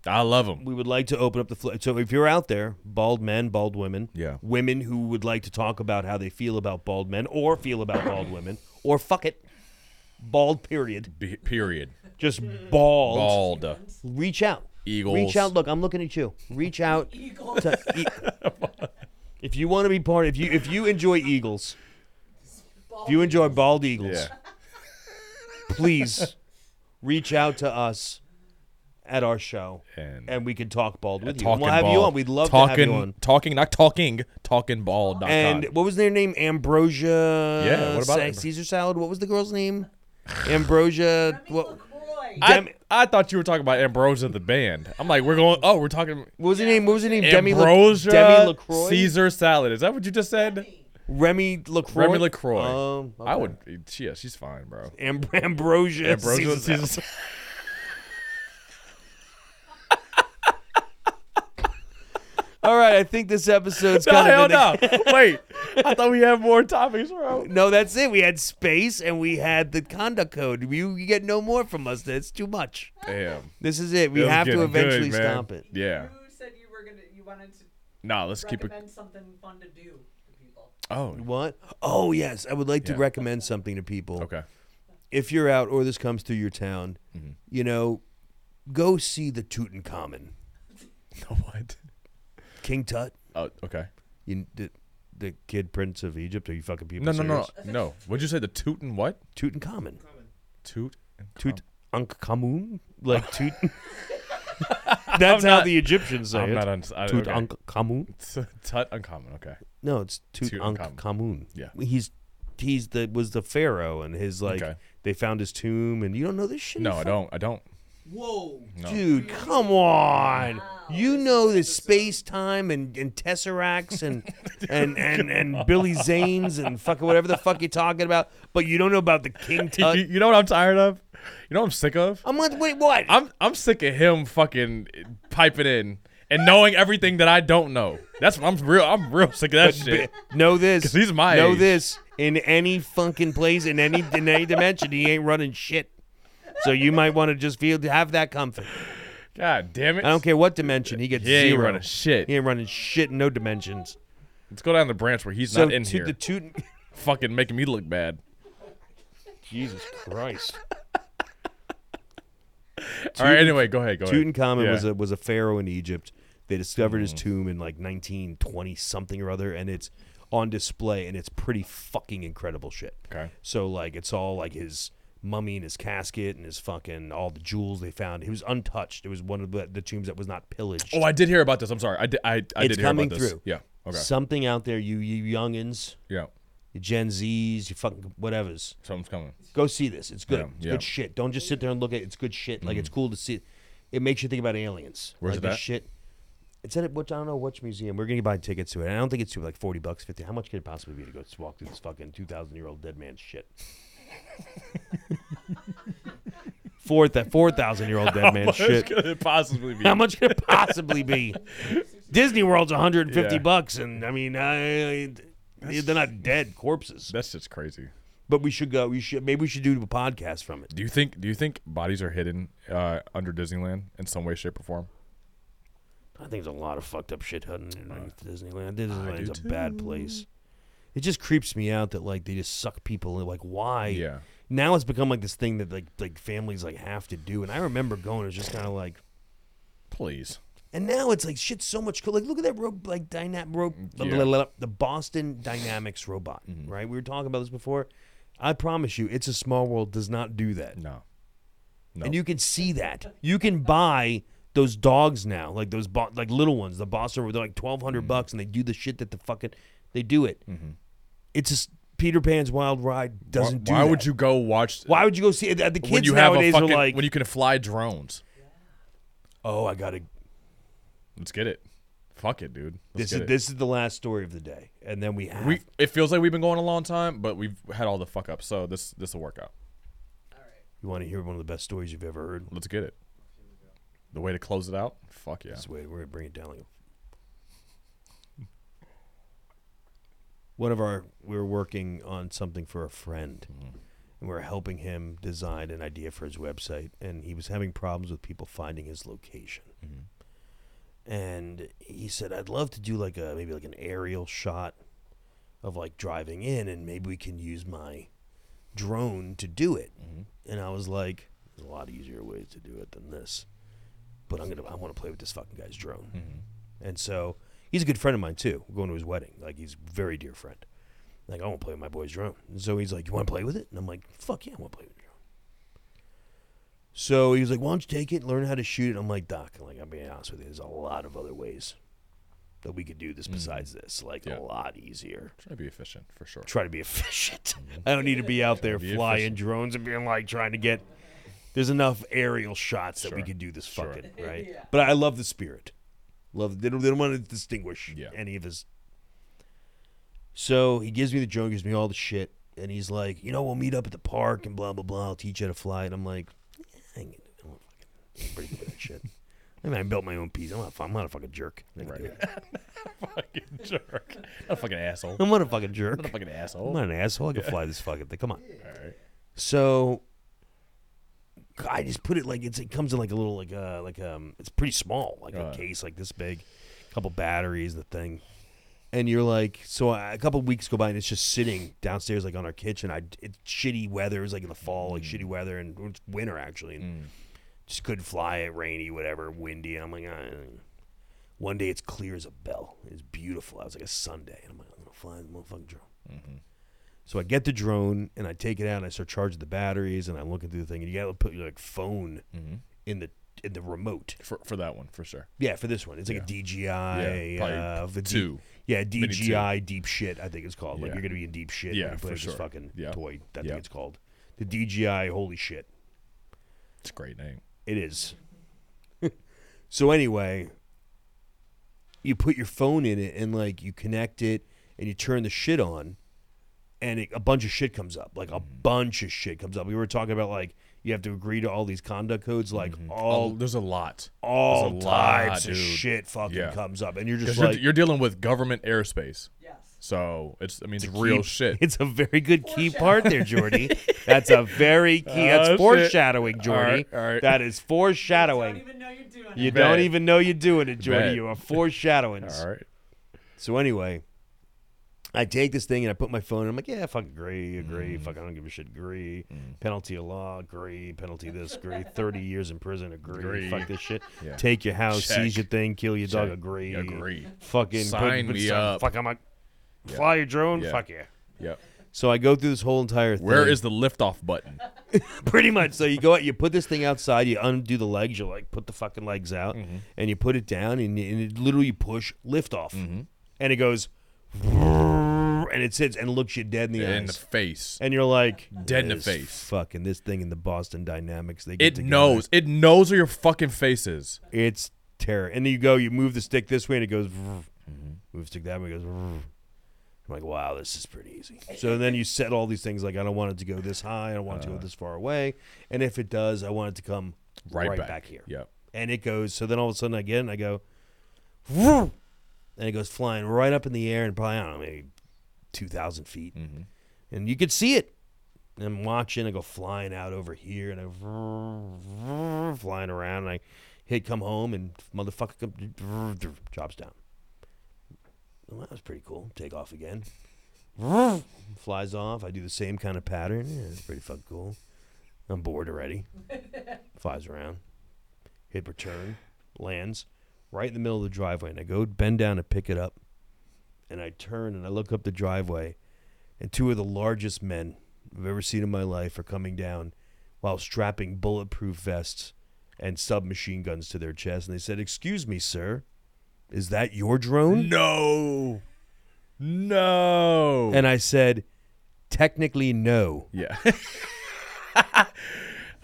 [SPEAKER 1] I love them.
[SPEAKER 2] We would like to open up the floor. So if you're out there, bald men, bald women,
[SPEAKER 1] Yeah.
[SPEAKER 2] women who would like to talk about how they feel about bald men or feel about bald women or fuck it, bald period,
[SPEAKER 1] Be- period.
[SPEAKER 2] just bald.
[SPEAKER 1] Bald.
[SPEAKER 2] Reach out.
[SPEAKER 1] Eagles.
[SPEAKER 2] Reach out. Look, I'm looking at you. Reach out. to e- if you want to be part, if you if you enjoy Eagles, if you enjoy bald Eagles,
[SPEAKER 1] Yeah.
[SPEAKER 2] please reach out to us at our show,
[SPEAKER 1] And-
[SPEAKER 2] we can talk bald with you. And
[SPEAKER 1] Talking
[SPEAKER 2] We'll have
[SPEAKER 1] bald.
[SPEAKER 2] you on. We'd love
[SPEAKER 1] talking,
[SPEAKER 2] to have you on.
[SPEAKER 1] Talking, not talking. Talking bald.
[SPEAKER 2] And what was their name? Ambrosia.
[SPEAKER 1] Yeah, what about
[SPEAKER 2] Sa-
[SPEAKER 1] Ambro-
[SPEAKER 2] Caesar salad? What was the girl's name? Ambrosia. what,
[SPEAKER 3] LaCroix.
[SPEAKER 1] I,
[SPEAKER 2] Demi-
[SPEAKER 1] I thought you were talking about Ambrosia the band. I'm like, we're going. Oh, we're talking
[SPEAKER 2] what was her name? What was her name? Demi La-
[SPEAKER 1] Ambrosia
[SPEAKER 2] Demi Lacroix.
[SPEAKER 1] Caesar salad. Is that what you just said?
[SPEAKER 2] Remy Lacroix.
[SPEAKER 1] Remy Lacroix.
[SPEAKER 2] Um,
[SPEAKER 1] I
[SPEAKER 2] okay.
[SPEAKER 1] would. she- Yeah, she's fine, bro.
[SPEAKER 2] Am- Ambrosia.
[SPEAKER 1] Ambrosia
[SPEAKER 2] Caesar salad.
[SPEAKER 1] Caesar salad.
[SPEAKER 2] (laughs) All right, I think this
[SPEAKER 1] (laughs)
[SPEAKER 2] episode's
[SPEAKER 1] No,
[SPEAKER 2] kind
[SPEAKER 1] hell
[SPEAKER 2] of in
[SPEAKER 1] no.
[SPEAKER 2] the-
[SPEAKER 1] Wait, I thought we had more topics, bro.
[SPEAKER 2] No, that's it. We had space and we had the conduct code. You, you get no more from us. That's too much.
[SPEAKER 1] Damn.
[SPEAKER 2] This is it. We
[SPEAKER 1] That was
[SPEAKER 2] have to
[SPEAKER 1] getting good,
[SPEAKER 2] eventually
[SPEAKER 1] man.
[SPEAKER 2] stop it.
[SPEAKER 1] Yeah.
[SPEAKER 3] You said you were gonna, you wanted to
[SPEAKER 1] Nah, let's keep it.
[SPEAKER 3] recommend something fun to do to people.
[SPEAKER 1] Oh,
[SPEAKER 2] What? Oh yes, I would like
[SPEAKER 1] Yeah.
[SPEAKER 2] to recommend something to people. (laughs)
[SPEAKER 1] okay. Mm-hmm.
[SPEAKER 2] If you're out or this comes through your town, you know, go see the Tutankhamun,
[SPEAKER 1] What?
[SPEAKER 2] King Tut,
[SPEAKER 1] Oh, okay.
[SPEAKER 2] you, the, the kid prince of Egypt. Are you fucking people?
[SPEAKER 1] No, no, no, Oh.
[SPEAKER 2] serious?
[SPEAKER 1] no. What'd you say? The toot and what?
[SPEAKER 2] Tutankhamun,
[SPEAKER 1] Toot. and
[SPEAKER 2] Tut. Ankhamun,
[SPEAKER 1] (laughs)
[SPEAKER 2] like Tut. (laughs) That's how the Egyptians say
[SPEAKER 1] I'm
[SPEAKER 2] it.
[SPEAKER 1] not on. I- okay.
[SPEAKER 2] Tutankhamun.
[SPEAKER 1] T- (laughs) Tut uncommon. Okay.
[SPEAKER 2] No, it's
[SPEAKER 1] Tutankhamun.
[SPEAKER 2] Tutankhamun.
[SPEAKER 1] Yeah.
[SPEAKER 2] he's he's the was the pharaoh, and his like
[SPEAKER 1] Okay.
[SPEAKER 2] they found his tomb, and you don't know this shit.
[SPEAKER 1] No, I don't. I don't.
[SPEAKER 6] Whoa.
[SPEAKER 1] No.
[SPEAKER 2] Dude, come on. You know the space time and, and tesseracts
[SPEAKER 1] (laughs)
[SPEAKER 2] and and, and, and Billy Zanes and fucking whatever the fuck you're talking about, but you don't know about
[SPEAKER 1] (laughs)
[SPEAKER 2] the King
[SPEAKER 1] you,
[SPEAKER 2] Tut.
[SPEAKER 1] you know what I'm tired of? You know what I'm sick of?
[SPEAKER 2] I'm like, wait, what?
[SPEAKER 1] I'm I'm sick of him fucking piping in and knowing everything that I don't know. That's what I'm real. I'm real sick of that shit.
[SPEAKER 2] know this.
[SPEAKER 1] 'Cause he's my
[SPEAKER 2] Know
[SPEAKER 1] age.
[SPEAKER 2] this. In any fucking place, in any in any dimension, he ain't running shit. So you might want to just feel have that comfort.
[SPEAKER 1] God damn it!
[SPEAKER 2] I don't care what dimension he gets
[SPEAKER 1] He ain't
[SPEAKER 2] zero.
[SPEAKER 1] running shit.
[SPEAKER 2] He ain't running shit in no dimensions.
[SPEAKER 1] Let's go down the branch where he's
[SPEAKER 2] So
[SPEAKER 1] not in
[SPEAKER 2] to
[SPEAKER 1] here.
[SPEAKER 2] the two.
[SPEAKER 1] (laughs) fucking making me look bad.
[SPEAKER 2] Jesus Christ.
[SPEAKER 1] All right. Anyway, go ahead. Go ahead.
[SPEAKER 2] (laughs) Tutankhamun
[SPEAKER 1] Yeah. Mm.
[SPEAKER 2] was a was a pharaoh in Egypt. They discovered his tomb in like 1920 something or other, and it's on display, and it's pretty fucking incredible shit.
[SPEAKER 1] Okay.
[SPEAKER 2] So like, it's all like his mummy and his casket and his fucking all the jewels they found. It was untouched. It was one of the, the tombs that was not pillaged.
[SPEAKER 1] Oh, I did hear about this. I'm sorry. I did. I, I
[SPEAKER 2] It's
[SPEAKER 1] did hear about
[SPEAKER 2] coming
[SPEAKER 1] this.
[SPEAKER 2] through.
[SPEAKER 1] Yeah. Okay.
[SPEAKER 2] Something out there, you you youngins,
[SPEAKER 1] yeah.
[SPEAKER 2] you Gen Zs, you fucking whatever's.
[SPEAKER 1] Something's coming.
[SPEAKER 2] Go see this. It's good.
[SPEAKER 1] Yeah,
[SPEAKER 2] It's
[SPEAKER 1] yeah.
[SPEAKER 2] good shit. Don't just sit there and look at it. It's good shit. Like it's cool to see. It makes you think about aliens.
[SPEAKER 1] Where's
[SPEAKER 2] like
[SPEAKER 1] it
[SPEAKER 2] the
[SPEAKER 1] at?
[SPEAKER 2] Shit. It's at a- which I don't know which museum. We're gonna buy tickets to it. And I don't think it's too like forty bucks, fifty. How much could it possibly be to go just walk through this fucking two thousand year old dead man's shit? (laughs) four that four thousand year old (laughs) dead man's shit.
[SPEAKER 1] could (laughs) it possibly be?
[SPEAKER 2] How much could it possibly be? (laughs) Disney World's one hundred and fifty
[SPEAKER 1] Yeah.
[SPEAKER 2] bucks, and I mean, I, they're not dead corpses.
[SPEAKER 1] That's just crazy.
[SPEAKER 2] But we should go. We should maybe we should do a podcast from it.
[SPEAKER 1] Do you think? Do you think bodies are hidden uh, under Disneyland in some way, shape, or form?
[SPEAKER 2] I think there's a lot of fucked up shit happening in Disneyland. Disneyland's
[SPEAKER 1] Uh, do
[SPEAKER 2] a bad place. It just creeps me out that like they just suck people in. Like why?
[SPEAKER 1] Yeah.
[SPEAKER 2] Now it's become like this thing that like like families like have to do. And I remember going, it's just kind of like.
[SPEAKER 1] Please.
[SPEAKER 2] And now it's like shit's so much cool. Like look at that rope, like dyna- rope,
[SPEAKER 1] Yeah. Mm-hmm.
[SPEAKER 2] the Boston Dynamics robot, right? We were talking about this before. I promise you, it's a small world does not do that.
[SPEAKER 1] No.
[SPEAKER 2] and you can see that. You can buy those dogs now, like those bo- like little ones. The Boston were like twelve
[SPEAKER 1] Mm-hmm.
[SPEAKER 2] bucks, and they do the shit that the fucking they do it. It's just Peter Pan's Wild Ride
[SPEAKER 1] Why-
[SPEAKER 2] doesn't do.
[SPEAKER 1] Why would
[SPEAKER 2] that.
[SPEAKER 1] you go watch?
[SPEAKER 2] Why would you go see it? The kids
[SPEAKER 1] when you have a
[SPEAKER 2] nowadays
[SPEAKER 1] fucking
[SPEAKER 2] are like,
[SPEAKER 1] when you can fly drones?
[SPEAKER 2] "Oh, I gotta."
[SPEAKER 1] Let's get it. Fuck it, dude. Let's
[SPEAKER 2] this is
[SPEAKER 1] get it.
[SPEAKER 2] this is the last story of the day, and then we have
[SPEAKER 1] We it feels like we've been going a long time, but we've had all the fuck up. So this this will work out.
[SPEAKER 2] You want to hear one of the best stories you've ever heard?
[SPEAKER 1] Let's get it. The way to close it out? Fuck yeah.
[SPEAKER 2] This way, we're gonna bring it down. Like one of our, we were working on something for a friend, and we were helping him design an idea for his website, and he was having problems with people finding his location. And he said, "I'd love to do like a maybe like an aerial shot of like driving in, and maybe we can use my drone to do it." And I was like, "There's a lot easier ways to do it than this." but I'm gonna I want to play with this fucking guy's drone. And so he's a good friend of mine too. We're going to his wedding. Like he's a very dear friend. Like I want to play with my boy's drone. And so he's like, "You want to play with it?" And I'm like, "Fuck yeah, I want to play with your drone." So he was like, "Why don't you take it, and learn how to shoot it?" I'm like, "Doc, like I'm being honest with you, there's a lot of other ways that we could do this besides this. Like
[SPEAKER 1] Yeah.
[SPEAKER 2] a lot easier."
[SPEAKER 1] Try to be efficient for
[SPEAKER 2] (laughs)
[SPEAKER 1] sure.
[SPEAKER 2] try to be efficient. I don't need to be out there
[SPEAKER 1] Mm-hmm. Be
[SPEAKER 2] flying
[SPEAKER 1] efficient.
[SPEAKER 2] drones and being like trying to get. There's enough aerial shots that we
[SPEAKER 1] Sure.
[SPEAKER 2] could do this
[SPEAKER 1] Sure.
[SPEAKER 2] fucking right.
[SPEAKER 3] Yeah.
[SPEAKER 2] But I love the spirit. Love they don't, they don't want to distinguish
[SPEAKER 1] Yeah.
[SPEAKER 2] any of his. So he gives me the drone, gives me all the shit, and he's like, you know, we'll meet up at the park and blah blah blah. I'll teach you how to fly, and I'm like, "Eh, I ain't- I don't fucking I'm pretty good at that shit. I mean, I built my own piece. I'm not, I'm not a fucking jerk. I can do
[SPEAKER 1] Right.
[SPEAKER 2] it.
[SPEAKER 1] fucking jerk. Not a fucking asshole.
[SPEAKER 2] (laughs) I'm not a fucking jerk.
[SPEAKER 1] Not a fucking asshole.
[SPEAKER 2] I'm not an asshole. I can fly this fucking thing. Come on.
[SPEAKER 1] Alright.
[SPEAKER 2] So I just put it like it's, it comes in like a little like uh like um it's pretty small like
[SPEAKER 1] Right.
[SPEAKER 2] a case like this big, couple batteries the thing, and you're like so I, a couple weeks go by and it's just sitting downstairs like on our kitchen. I it's shitty weather. It was like in the fall like shitty weather and it's winter actually and just couldn't fly it rainy whatever windy and I'm like ah. one day it's clear as a bell. It's beautiful. I was like a Sunday and I'm like I'm gonna fly the motherfucking drone. So I get the drone and I take it out and I start charging the batteries and I'm looking through the thing and you gotta put your like phone
[SPEAKER 1] Mm-hmm.
[SPEAKER 2] in the in the remote.
[SPEAKER 1] For for that one for sure.
[SPEAKER 2] Yeah, for this one, it's like a DJI.
[SPEAKER 1] Yeah, probably
[SPEAKER 2] uh, the
[SPEAKER 1] two.
[SPEAKER 2] Deep, yeah,
[SPEAKER 1] Mini two.
[SPEAKER 2] DJI Deep Shit. I think it's called. Like
[SPEAKER 1] Yeah.
[SPEAKER 2] you're gonna be in deep shit.
[SPEAKER 1] Yeah,
[SPEAKER 2] when you play
[SPEAKER 1] for
[SPEAKER 2] with
[SPEAKER 1] sure.
[SPEAKER 2] This fucking
[SPEAKER 1] Yeah.
[SPEAKER 2] toy. I
[SPEAKER 1] Yeah.
[SPEAKER 2] think it's called the DJI. Holy shit.
[SPEAKER 1] It's a great name.
[SPEAKER 2] It is. (laughs) so anyway, you put your phone in it and like you connect it and you turn the shit on and it, a bunch of shit comes up. Like a
[SPEAKER 1] Mm-hmm.
[SPEAKER 2] bunch of shit comes up. We were talking about like you have to agree to all these conduct codes like
[SPEAKER 1] Oh,
[SPEAKER 2] all
[SPEAKER 1] there's a lot.
[SPEAKER 2] all
[SPEAKER 1] there's a lot,
[SPEAKER 2] types of
[SPEAKER 1] dude.
[SPEAKER 2] shit fucking
[SPEAKER 1] Yeah.
[SPEAKER 2] comes up and you're
[SPEAKER 1] 'Cause
[SPEAKER 2] just
[SPEAKER 1] you're,
[SPEAKER 2] like
[SPEAKER 1] you're dealing with government airspace.
[SPEAKER 3] Yes.
[SPEAKER 1] So it's I mean it's real
[SPEAKER 2] keep-
[SPEAKER 1] shit.
[SPEAKER 2] (laughs) It's a very good key part there, Jordy. That's a very key. That's
[SPEAKER 1] Oh, shit.
[SPEAKER 2] foreshadowing, Jordy.
[SPEAKER 1] All right, all right.
[SPEAKER 2] That is
[SPEAKER 3] I don't
[SPEAKER 2] foreshadowing.
[SPEAKER 3] even know you're doing
[SPEAKER 2] You
[SPEAKER 3] it.
[SPEAKER 1] Bet.
[SPEAKER 2] (laughs) don't even know you're doing it, Jordy.
[SPEAKER 1] Bet.
[SPEAKER 2] You are foreshadowing.
[SPEAKER 1] (laughs) All right.
[SPEAKER 2] So anyway, I take this thing and I put my phone. in. I'm like, yeah, fuck, agree,
[SPEAKER 1] Mm.
[SPEAKER 2] agree. Fuck, I don't give a shit. Agree. Penalty of law. Agree. Penalty this.
[SPEAKER 1] (laughs)
[SPEAKER 2] Agree. Thirty years in prison. Agree.
[SPEAKER 1] Agree.
[SPEAKER 2] Fuck this shit.
[SPEAKER 1] Yeah.
[SPEAKER 2] Take your house.
[SPEAKER 1] Check.
[SPEAKER 2] Seize your thing. Kill your dog.
[SPEAKER 1] Check.
[SPEAKER 2] Agree.
[SPEAKER 1] Agree.
[SPEAKER 2] Fucking put-
[SPEAKER 1] Sign
[SPEAKER 2] put
[SPEAKER 1] me
[SPEAKER 2] some-
[SPEAKER 1] up.
[SPEAKER 2] Fuck, I'm a fly your drone.
[SPEAKER 1] Yeah.
[SPEAKER 2] Fuck yeah.
[SPEAKER 1] Yep.
[SPEAKER 2] So I go through this whole entire thing.
[SPEAKER 1] Where is the liftoff button?
[SPEAKER 2] pretty much. So you go out, you put this thing outside, you undo the legs, you like put the fucking legs out,
[SPEAKER 1] Mm-hmm.
[SPEAKER 2] and you put it down, and, you- and it literally you push lift off,
[SPEAKER 1] Mm-hmm.
[SPEAKER 2] and it goes, and it sits and looks you dead in the
[SPEAKER 1] In the
[SPEAKER 2] eyes,
[SPEAKER 1] face.
[SPEAKER 2] and you're like
[SPEAKER 1] Dead in the
[SPEAKER 2] "This
[SPEAKER 1] face."
[SPEAKER 2] Fucking this thing in the Boston Dynamics, they get
[SPEAKER 1] It
[SPEAKER 2] together.
[SPEAKER 1] knows. It knows where your fucking face is.
[SPEAKER 2] it's terror. And then you go, you move the stick this way, and it goes,
[SPEAKER 1] Mm-hmm.
[SPEAKER 2] move the stick that way, it goes. I'm like, wow, this is pretty easy. So then you set all these things like, I don't want it to go this high, I don't want it to
[SPEAKER 1] Uh.
[SPEAKER 2] go this far away, and if it does, I want it to come
[SPEAKER 1] Right, back.
[SPEAKER 2] here.
[SPEAKER 1] Yep.
[SPEAKER 2] And it goes. So then all of a sudden I get it and I go, "Vroom!" and it goes flying right up in the air and probably I don't know maybe two thousand feet, and you could see it. And I'm watching. I go flying out over here and I vroom, vroom, flying around. And I hit come home and motherfucker come, vroom, vroom, drops down. Well, that was pretty cool. Take off again. Vroom, Flies off. I do the same kind of pattern. Yeah, it's pretty fucking cool. I'm bored already. Flies around hit return, lands right in the middle of the driveway. And I go bend down and pick it up. And I turn and I look up the driveway. And two of the largest men I've ever seen in my life are coming down while strapping bulletproof vests and submachine guns to their chest. And they said, Excuse me, sir, is that your drone?
[SPEAKER 1] No. No.
[SPEAKER 2] And I said, Technically, no.
[SPEAKER 1] yeah. (laughs)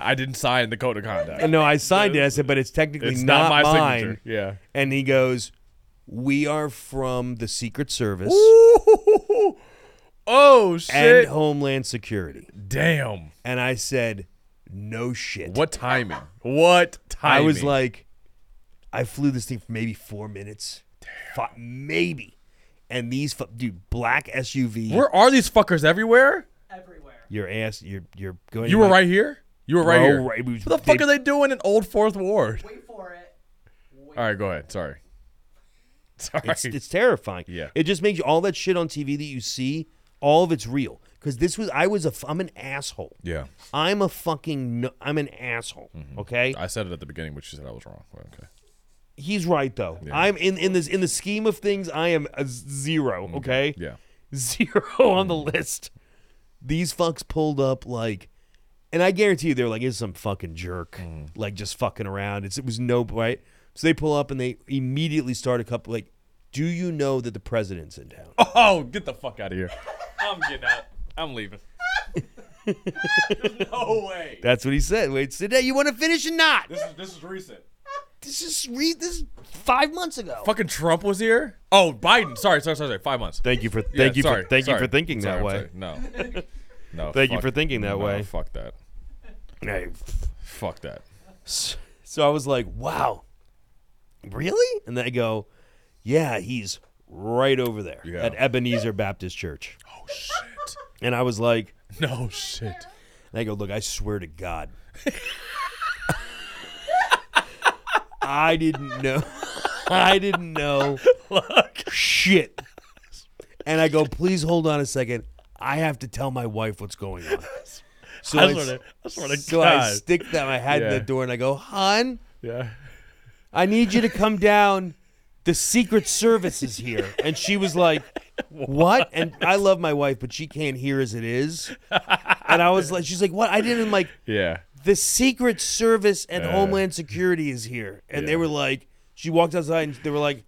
[SPEAKER 1] I didn't sign the code of conduct.
[SPEAKER 2] And no, I signed it. I said, But it's technically
[SPEAKER 1] It's
[SPEAKER 2] not,
[SPEAKER 1] not, my
[SPEAKER 2] (laughs) mine.
[SPEAKER 1] signature. Yeah.
[SPEAKER 2] And he goes, We are from the Secret Service
[SPEAKER 1] oh
[SPEAKER 2] and
[SPEAKER 1] shit!
[SPEAKER 2] Homeland Security.
[SPEAKER 1] Damn.
[SPEAKER 2] And I said, no shit.
[SPEAKER 1] What timing? What
[SPEAKER 2] I
[SPEAKER 1] timing?
[SPEAKER 2] was like, I flew this thing for maybe four minutes. Fi- maybe. And these, fu- dude, black SUV.
[SPEAKER 1] where are these fuckers everywhere?
[SPEAKER 3] everywhere.
[SPEAKER 2] your ass, you're, you're going.
[SPEAKER 1] You
[SPEAKER 2] to
[SPEAKER 1] were
[SPEAKER 2] my-
[SPEAKER 1] right here. You were right
[SPEAKER 2] Bro,
[SPEAKER 1] here.
[SPEAKER 2] right- we-
[SPEAKER 1] what the fuck
[SPEAKER 2] they-
[SPEAKER 1] are they doing in Old Fourth Ward?
[SPEAKER 3] Wait for it. Wait.
[SPEAKER 1] All right, go ahead. Sorry. (laughs) Sorry.
[SPEAKER 2] (laughs) It's, it's terrifying.
[SPEAKER 1] Yeah.
[SPEAKER 2] It just makes you, all that shit on TV that you see, all of it's real. Because this was, I was a, f- I'm an asshole.
[SPEAKER 1] yeah, Mm-hmm.
[SPEAKER 2] I'm a fucking, no, I'm an asshole. Okay.
[SPEAKER 1] I said it at the beginning, but she said I was wrong. Well, okay.
[SPEAKER 2] He's right though. I'm in, in this, in the scheme of things, I am a zero. Okay.
[SPEAKER 1] Mm-hmm. Yeah. Mm-hmm.
[SPEAKER 2] zero on the list. These fucks pulled up like, and I guarantee you they're like, "Is some fucking jerk
[SPEAKER 1] Mm.
[SPEAKER 2] like just fucking around?" It's, it was no right. So they pull up and they immediately start a couple like, "Do you know that the president's in town?"
[SPEAKER 1] Oh, get the fuck out of here.
[SPEAKER 6] (laughs) I'm getting out. I'm
[SPEAKER 1] (laughs)
[SPEAKER 6] leaving. no way.
[SPEAKER 2] That's what he said. Wait, today you want to finish or not?
[SPEAKER 6] This is this is recent.
[SPEAKER 2] This is re- this is five months ago.
[SPEAKER 1] Fucking Trump was here. Oh, Biden. Sorry, sorry, sorry, sorry. Five months.
[SPEAKER 2] Thank you for
[SPEAKER 1] Yeah,
[SPEAKER 2] thank you
[SPEAKER 1] sorry,
[SPEAKER 2] for thank
[SPEAKER 1] sorry.
[SPEAKER 2] you for thinking
[SPEAKER 1] Sorry,
[SPEAKER 2] that
[SPEAKER 1] I'm
[SPEAKER 2] way.
[SPEAKER 1] sorry. (laughs) No. No.
[SPEAKER 2] Thank you
[SPEAKER 1] fuck-
[SPEAKER 2] for thinking that
[SPEAKER 1] no,
[SPEAKER 2] way.
[SPEAKER 1] Fuck that.
[SPEAKER 2] Hey,
[SPEAKER 1] Fuck that.
[SPEAKER 2] So I was like, wow, really? And then I go, yeah, he's right over there
[SPEAKER 1] Yeah.
[SPEAKER 2] at Ebenezer Baptist Church.
[SPEAKER 1] Oh shit.
[SPEAKER 2] And I was like,
[SPEAKER 1] (laughs) No shit.
[SPEAKER 2] and I go, look, I swear to God. I didn't know. (laughs) I didn't know. Shit. And I go, please hold on a second. I have to tell my wife what's going on. So
[SPEAKER 1] I
[SPEAKER 2] I
[SPEAKER 1] swear
[SPEAKER 2] s-
[SPEAKER 1] to- I swear to
[SPEAKER 2] so I
[SPEAKER 1] God.
[SPEAKER 2] stick that my head in
[SPEAKER 1] Yeah.
[SPEAKER 2] the door and I go, hon,
[SPEAKER 1] Yeah.
[SPEAKER 2] I need you to come down. The Secret Service is here. And she was like, What? And I love my wife, but she can't hear as it is. And I was like, She's like, What? I didn't like,
[SPEAKER 1] Yeah.
[SPEAKER 2] the Secret Service and
[SPEAKER 1] Uh,
[SPEAKER 2] Homeland Security is here. And they
[SPEAKER 1] yeah.
[SPEAKER 2] were like, She walked outside and they were like,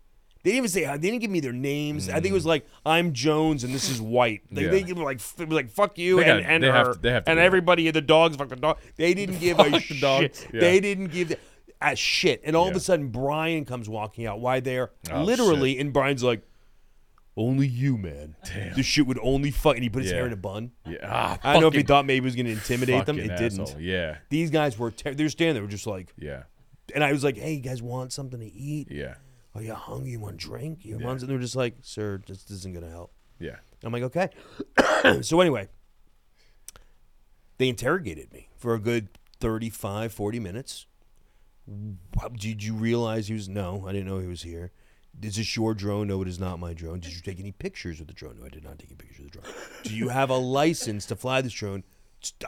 [SPEAKER 2] they didn't even say. They didn't give me their names. I think it was like I'm Jones and this is White. Like, They
[SPEAKER 1] Mm. Yeah.
[SPEAKER 2] give like f- like fuck you
[SPEAKER 1] They
[SPEAKER 2] and,
[SPEAKER 1] gotta-
[SPEAKER 2] and
[SPEAKER 1] they
[SPEAKER 2] her
[SPEAKER 1] have to- they have to
[SPEAKER 2] and
[SPEAKER 1] do that.
[SPEAKER 2] everybody the dogs fuck the dog. They didn't give
[SPEAKER 1] Fuck
[SPEAKER 2] a
[SPEAKER 1] the
[SPEAKER 2] shit.
[SPEAKER 1] dogs, yeah.
[SPEAKER 2] They didn't give a shit. And all of
[SPEAKER 1] Yeah.
[SPEAKER 2] a sudden Brian comes walking out. Why there?
[SPEAKER 1] Oh,
[SPEAKER 2] literally, and Brian's like, "Only you, man. This shit would only fuck." And he put his
[SPEAKER 1] Yeah.
[SPEAKER 2] hair in a bun.
[SPEAKER 1] Yeah. Ah,
[SPEAKER 2] I don't know if he
[SPEAKER 1] fucking-
[SPEAKER 2] thought maybe it was going to intimidate them. It
[SPEAKER 1] fucking
[SPEAKER 2] didn't.
[SPEAKER 1] asshole. Yeah.
[SPEAKER 2] These guys were ter- they were standing there, were just like,
[SPEAKER 1] Yeah.
[SPEAKER 2] and I was like, "Hey, you guys want something to eat?
[SPEAKER 1] Yeah.
[SPEAKER 2] Are you hungry? You want a drink? You want?" something?" And they're just like, "Sir, this isn't gonna help."
[SPEAKER 1] Yeah.
[SPEAKER 2] I'm like, "Okay." (clears throat) so anyway, they interrogated me for a good 35, 40 minutes. Wow, Did you realize he was? No, I didn't know he was here. Is this your drone? No, it is not my drone. Did you take any pictures with the drone? No, I did not take any pictures of the drone. Do you have a license to fly this drone?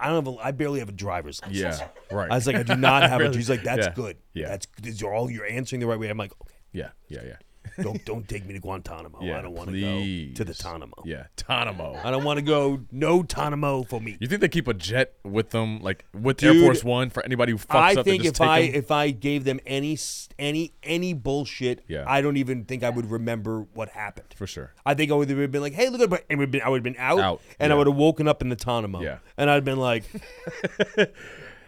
[SPEAKER 2] I don't have. A, I barely have a driver's license.
[SPEAKER 1] Yeah. Right.
[SPEAKER 2] I was like, I do
[SPEAKER 1] (laughs)
[SPEAKER 2] not have
[SPEAKER 1] Really?
[SPEAKER 2] it. He's like, that's
[SPEAKER 1] Yeah.
[SPEAKER 2] good.
[SPEAKER 1] Yeah.
[SPEAKER 2] that's these are all you're answering the right way. I'm like, okay,
[SPEAKER 1] yeah. Yeah. Yeah. (laughs)
[SPEAKER 2] don't don't take me to Guantanamo.
[SPEAKER 1] Yeah.
[SPEAKER 2] Oh, I don't want to
[SPEAKER 1] please.
[SPEAKER 2] go to the Tanamo.
[SPEAKER 1] Yeah. Tanamo.
[SPEAKER 2] I don't want to go. No Tanamo for me.
[SPEAKER 1] You think they keep a jet with them, like with
[SPEAKER 2] Dude,
[SPEAKER 1] Air Force One, for anybody who fucks
[SPEAKER 2] I
[SPEAKER 1] up?
[SPEAKER 2] think
[SPEAKER 1] they just
[SPEAKER 2] if
[SPEAKER 1] take
[SPEAKER 2] I
[SPEAKER 1] 'em?
[SPEAKER 2] if I gave them any s- any any bullshit,
[SPEAKER 1] Yeah.
[SPEAKER 2] I don't even think I would remember what happened.
[SPEAKER 1] for sure.
[SPEAKER 2] I think I would have been like, "Hey, look at," my-" and we'd been, I would have been out,
[SPEAKER 1] Out,
[SPEAKER 2] and I
[SPEAKER 1] yeah.
[SPEAKER 2] would have woken up in the Tanamo,
[SPEAKER 1] Yeah.
[SPEAKER 2] and I'd been like,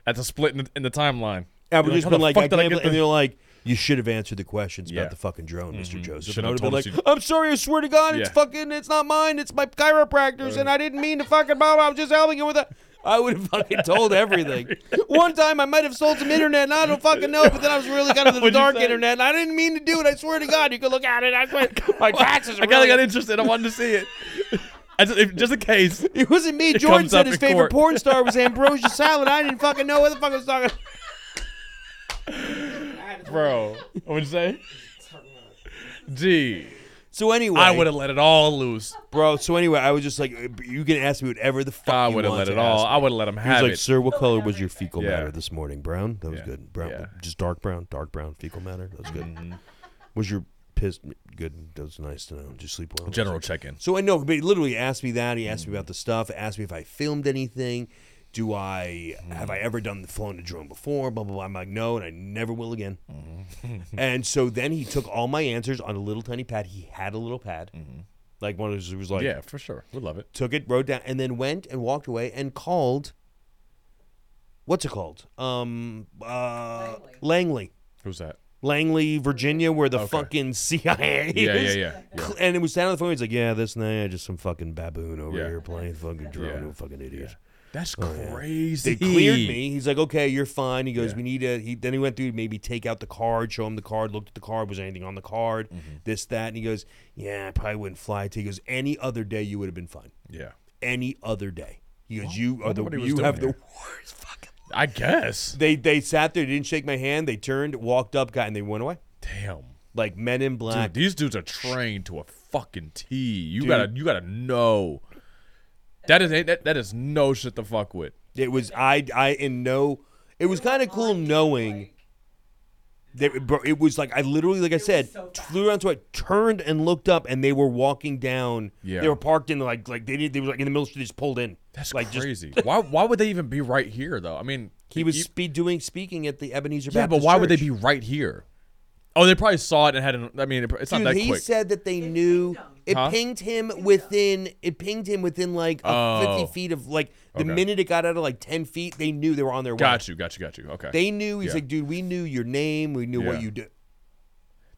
[SPEAKER 1] At the split in the, in the timeline.
[SPEAKER 2] I
[SPEAKER 1] You're
[SPEAKER 2] would have just
[SPEAKER 1] how
[SPEAKER 2] been
[SPEAKER 1] the
[SPEAKER 2] like,
[SPEAKER 1] fuck
[SPEAKER 2] I
[SPEAKER 1] did I
[SPEAKER 2] can't,
[SPEAKER 1] get
[SPEAKER 2] believe- and they're like, you should have answered the questions
[SPEAKER 1] Yeah.
[SPEAKER 2] about the fucking drone, Mister Joseph.
[SPEAKER 1] Should
[SPEAKER 2] And I would
[SPEAKER 1] have
[SPEAKER 2] have been like,
[SPEAKER 1] told us
[SPEAKER 2] I'm sorry, I swear to God, it's
[SPEAKER 1] Yeah.
[SPEAKER 2] fucking, it's not mine, it's my chiropractor's, and I didn't mean to fucking blah. I'm just helping you with that. I would have fucking told everything.
[SPEAKER 1] (laughs)
[SPEAKER 2] One time I might have sold some internet, and I don't fucking know, but then I was really kind of the
[SPEAKER 1] What'd you
[SPEAKER 2] dark
[SPEAKER 1] say?
[SPEAKER 2] internet, and I didn't mean to do it. I swear to God, you could look at it. I
[SPEAKER 1] (laughs)
[SPEAKER 2] swear, (laughs) my taxes. Are
[SPEAKER 1] I kind of
[SPEAKER 2] really-
[SPEAKER 1] got interested. I wanted to see it. (laughs) I just, if, just in case.
[SPEAKER 2] It wasn't me.
[SPEAKER 1] It
[SPEAKER 2] Jordan
[SPEAKER 1] comes
[SPEAKER 2] said
[SPEAKER 1] up
[SPEAKER 2] his
[SPEAKER 1] in
[SPEAKER 2] favorite
[SPEAKER 1] court.
[SPEAKER 2] porn
[SPEAKER 1] (laughs)
[SPEAKER 2] star was Ambrosia Salad. I didn't fucking know what the fuck I was talking.
[SPEAKER 1] Bro, what'd you say? Gee,
[SPEAKER 2] So anyway,
[SPEAKER 1] I would have let it all loose.
[SPEAKER 2] Bro, so anyway, I was just like, you can ask me whatever the fuck
[SPEAKER 1] I
[SPEAKER 2] you
[SPEAKER 1] would have
[SPEAKER 2] want
[SPEAKER 1] let
[SPEAKER 2] to
[SPEAKER 1] it all.
[SPEAKER 2] ask
[SPEAKER 1] I would have let him
[SPEAKER 2] me. He was
[SPEAKER 1] have
[SPEAKER 2] like,
[SPEAKER 1] it.
[SPEAKER 2] sir, what color was your fecal
[SPEAKER 1] Yeah.
[SPEAKER 2] matter this morning? Brown? That was
[SPEAKER 1] Yeah.
[SPEAKER 2] good. Brown,
[SPEAKER 1] Yeah. Mm-hmm.
[SPEAKER 2] just dark brown, dark brown fecal matter. That was good. Was your piss good? That was nice to know. Did you sleep well?
[SPEAKER 1] General check-in.
[SPEAKER 2] So I know, but he literally asked me that. He asked me about
[SPEAKER 1] Mm.
[SPEAKER 2] the stuff. Asked me if I filmed anything. Do I
[SPEAKER 1] Mm-hmm.
[SPEAKER 2] have I ever done the flown a drone before? Blah blah blah. I'm like no, and I never will again.
[SPEAKER 1] Mm-hmm. (laughs)
[SPEAKER 2] and so then he took all my answers on a little tiny pad. He had a little pad,
[SPEAKER 1] Mm-hmm.
[SPEAKER 2] like one of those. It was like
[SPEAKER 1] Yeah, for sure. Would love it.
[SPEAKER 2] took it, wrote down, and then went and walked away and called. What's it called? Um, uh, Langley.
[SPEAKER 1] Who's that?
[SPEAKER 2] Langley, Virginia, where the
[SPEAKER 1] Okay.
[SPEAKER 2] fucking (laughs) CIA
[SPEAKER 1] Yeah,
[SPEAKER 2] is.
[SPEAKER 1] yeah, yeah, yeah.
[SPEAKER 2] Cl- And it was down on the phone. He's like, "Yeah, this night, just some fucking baboon over
[SPEAKER 1] Yeah.
[SPEAKER 2] here playing fucking drone,
[SPEAKER 1] Yeah.
[SPEAKER 2] no fucking idiot."
[SPEAKER 1] That's
[SPEAKER 2] Oh, yeah.
[SPEAKER 1] crazy.
[SPEAKER 2] They cleared me. He's like, "Okay, you're fine." He goes,
[SPEAKER 1] Yeah.
[SPEAKER 2] "We need a." He then he went through maybe take out the card, show him the card, looked at the card, was there anything on the card,
[SPEAKER 1] Mm-hmm.
[SPEAKER 2] this that, and he goes, "Yeah, I probably wouldn't fly." He goes, "Any other day, you would have been fine.
[SPEAKER 1] Yeah,
[SPEAKER 2] Any other day." He goes, "You are the
[SPEAKER 1] wonder what he was
[SPEAKER 2] you
[SPEAKER 1] doing
[SPEAKER 2] have the
[SPEAKER 1] here.
[SPEAKER 2] worst
[SPEAKER 1] (laughs)
[SPEAKER 2] fucking."
[SPEAKER 1] I guess.
[SPEAKER 2] They they sat there, didn't shake my hand. They turned, walked up, got, and they went away
[SPEAKER 1] Damn,
[SPEAKER 2] like Men in
[SPEAKER 1] dude,
[SPEAKER 2] Black.
[SPEAKER 1] these dudes are trained to a fucking T. You
[SPEAKER 2] Dude.
[SPEAKER 1] gotta, you gotta know. That is that, that is no shit to fuck with.
[SPEAKER 2] It was I I in no. It was kind of cool knowing that bro, it was like I literally like I said
[SPEAKER 3] so fast.
[SPEAKER 2] flew around to it, turned and looked up, and they were walking down.
[SPEAKER 1] Yeah.
[SPEAKER 2] they were parked in like like they did they were like in the middle of the street, just pulled in.
[SPEAKER 1] That's
[SPEAKER 2] like just-
[SPEAKER 1] crazy. why? Why would they even be right here though? I mean,
[SPEAKER 2] he was
[SPEAKER 1] you-
[SPEAKER 2] spe- doing speaking at the Ebenezer.
[SPEAKER 1] yeah, but
[SPEAKER 2] Baptist
[SPEAKER 1] why would they
[SPEAKER 2] Church.
[SPEAKER 1] be right here? Oh, they probably saw it and had. An, I mean, it- it's
[SPEAKER 2] Dude,
[SPEAKER 1] not that
[SPEAKER 2] he
[SPEAKER 1] quick.
[SPEAKER 2] said that they knew
[SPEAKER 3] pinged him.
[SPEAKER 2] it
[SPEAKER 1] Huh?
[SPEAKER 2] pinged him within it pinged him within like a
[SPEAKER 1] Oh.
[SPEAKER 2] 50 feet of like the
[SPEAKER 1] Okay.
[SPEAKER 2] minute it got out of like 10 feet they knew they were on their way.
[SPEAKER 1] got you, got you, got you. Okay,
[SPEAKER 2] They knew he's
[SPEAKER 1] Yeah.
[SPEAKER 2] like, dude, we knew your name, we knew
[SPEAKER 1] Yeah.
[SPEAKER 2] what you do.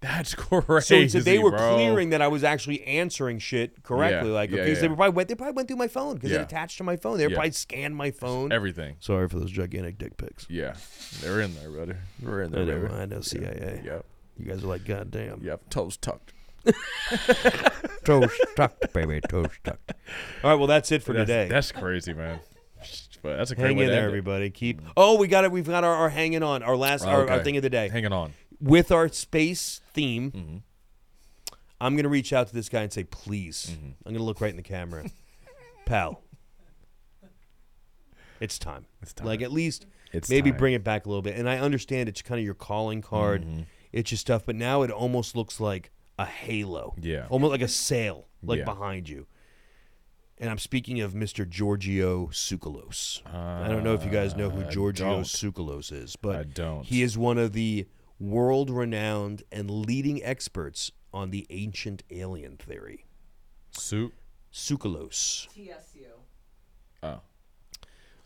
[SPEAKER 1] that's (laughs) crazy.
[SPEAKER 2] So, so they were
[SPEAKER 1] bro.
[SPEAKER 2] clearing that I was actually answering shit correctly.
[SPEAKER 1] Yeah,
[SPEAKER 2] Like,
[SPEAKER 1] yeah,
[SPEAKER 2] okay, so
[SPEAKER 1] yeah.
[SPEAKER 2] they probably went. They probably went through my phone because
[SPEAKER 1] Yeah.
[SPEAKER 2] it attached to my phone. They
[SPEAKER 1] Yeah.
[SPEAKER 2] probably scanned my phone.
[SPEAKER 1] everything.
[SPEAKER 2] Sorry for those gigantic dick pics.
[SPEAKER 1] Yeah, they're in there, brother. We're in
[SPEAKER 2] I
[SPEAKER 1] there.
[SPEAKER 2] know,
[SPEAKER 1] baby.
[SPEAKER 2] I know, CIA.
[SPEAKER 1] Yep,
[SPEAKER 2] You guys are like, goddamn.
[SPEAKER 1] yep. Toes tucked.
[SPEAKER 2] Toes tucked, baby. Toes tucked. All right, well, that's it for
[SPEAKER 1] That's,
[SPEAKER 2] today.
[SPEAKER 1] that's crazy, man. But that's a great
[SPEAKER 2] Hang
[SPEAKER 1] way
[SPEAKER 2] in
[SPEAKER 1] to
[SPEAKER 2] there,
[SPEAKER 1] end it.
[SPEAKER 2] everybody. Keep. Oh, we got it. We've got our, our hanging on. Our last, our, our
[SPEAKER 1] Okay.
[SPEAKER 2] uh, thing of the day
[SPEAKER 1] Hanging on.
[SPEAKER 2] with our space theme.
[SPEAKER 1] Mm-hmm.
[SPEAKER 2] I'm gonna reach out to this guy and say, please.
[SPEAKER 1] Mm-hmm.
[SPEAKER 2] I'm gonna look right in
[SPEAKER 1] (laughs)
[SPEAKER 2] the camera, pal. It's time.
[SPEAKER 1] It's time.
[SPEAKER 2] Like at least
[SPEAKER 1] It's
[SPEAKER 2] maybe
[SPEAKER 1] time.
[SPEAKER 2] bring it back a little bit. And I understand it's kind of your calling card.
[SPEAKER 1] Mm-hmm.
[SPEAKER 2] It's your stuff, but now it almost looks like a halo.
[SPEAKER 1] Yeah.
[SPEAKER 2] Almost like a sail, like
[SPEAKER 1] Yeah.
[SPEAKER 2] behind you. And I'm speaking of Mr. Giorgio Tsoukalos. I don't know if you guys know who Giorgio
[SPEAKER 1] Uh, don't.
[SPEAKER 2] Tsoukalos is, but
[SPEAKER 1] I don't.
[SPEAKER 2] he is one of the world-renowned and leading experts on the ancient alien theory.
[SPEAKER 1] Suit.
[SPEAKER 2] Tsoukalos.
[SPEAKER 3] TSU.
[SPEAKER 1] Oh.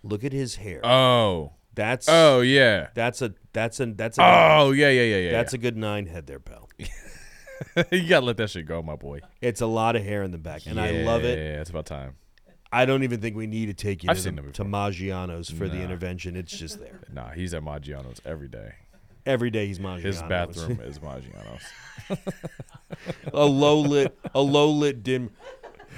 [SPEAKER 2] Look at his hair.
[SPEAKER 1] Oh.
[SPEAKER 2] that's
[SPEAKER 1] Oh yeah.
[SPEAKER 2] that's a that's a that's a
[SPEAKER 1] Oh yeah yeah yeah yeah.
[SPEAKER 2] that's
[SPEAKER 1] (laughs)
[SPEAKER 2] a good nine head there, pal.
[SPEAKER 1] a, you gotta let that shit go, my boy.
[SPEAKER 2] It's a lot of hair in the back, and I love it.
[SPEAKER 1] Yeah, it's about time.
[SPEAKER 2] I don't even think we need to take you
[SPEAKER 1] I've
[SPEAKER 2] to,
[SPEAKER 1] seen
[SPEAKER 2] the,
[SPEAKER 1] them
[SPEAKER 2] to Maggiano's for the
[SPEAKER 1] Nah.
[SPEAKER 2] intervention. It's just there.
[SPEAKER 1] Nah, he's at Maggiano's every day.
[SPEAKER 2] Every day he's Maggiano's.
[SPEAKER 1] His
[SPEAKER 2] (laughs)
[SPEAKER 1] bathroom is Maggiano's.
[SPEAKER 2] a low lit, a low lit dim,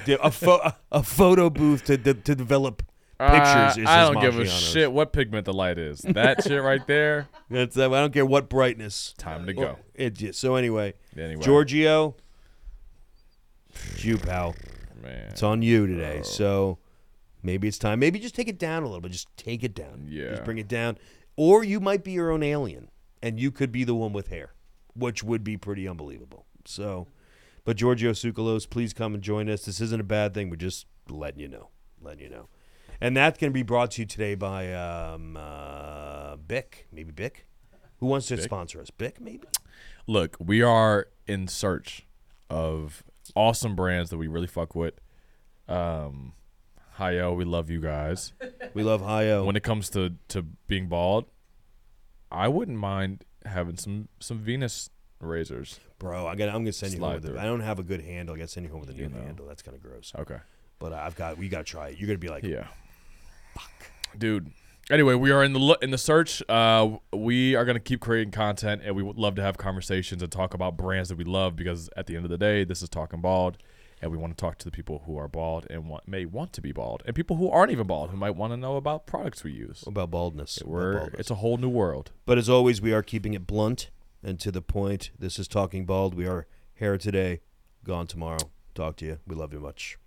[SPEAKER 2] dim a, pho- a photo booth to de- to develop pictures.
[SPEAKER 1] Uh,
[SPEAKER 2] is
[SPEAKER 1] I
[SPEAKER 2] his
[SPEAKER 1] don't give a
[SPEAKER 2] Maggiano's.
[SPEAKER 1] shit what pigment the light is. (laughs) That shit right there.
[SPEAKER 2] That's I don't care what brightness.
[SPEAKER 1] Time to go.
[SPEAKER 2] It just, so anyway,
[SPEAKER 1] Anyway,
[SPEAKER 2] Giorgio, it's you pal,
[SPEAKER 1] man.
[SPEAKER 2] it's on you today. So maybe it's time. Maybe just take it down a little bit. Just take it down.
[SPEAKER 1] Yeah.
[SPEAKER 2] Just bring it down. Or you might be your own alien, and you could be the one with hair, which would be pretty unbelievable. So, but Giorgio Tsoukalos, please come and join us. This isn't a bad thing. We're just letting you know, letting you know. And that's going to be brought to you today by um, uh, Bic, maybe Bic. Who wants to sponsor us? Bic, maybe.
[SPEAKER 1] Look, we are in search of awesome brands that we really fuck with. Um, Hiyo, we love you guys.
[SPEAKER 2] We love Hiyo.
[SPEAKER 1] When it comes to to being bald, I wouldn't mind having some some Venus razors.
[SPEAKER 2] Bro, I got. I'm gonna send you home
[SPEAKER 1] Slide
[SPEAKER 2] with it.
[SPEAKER 1] through.
[SPEAKER 2] I don't have a good handle. I got to send you home with a new handle. That's kind of gross.
[SPEAKER 1] Okay.
[SPEAKER 2] But I've got. We got to try it. You're gonna be like,
[SPEAKER 1] Yeah. Dude. Anyway, we are in the lo- in the search. Uh, we are gonna keep creating content, and we would love to have conversations and talk about brands that we love because at the end of the day, this is talking bald, and we want to talk to the people who are bald and want, may want to be bald, and people who aren't even bald who might want to know about products we use.
[SPEAKER 2] What about baldness? About
[SPEAKER 1] We're,
[SPEAKER 2] baldness?
[SPEAKER 1] it's a whole new world.
[SPEAKER 2] but as always, we are keeping it blunt and to the point. This is talking bald. We are here today, gone tomorrow. Talk to you. We love you much.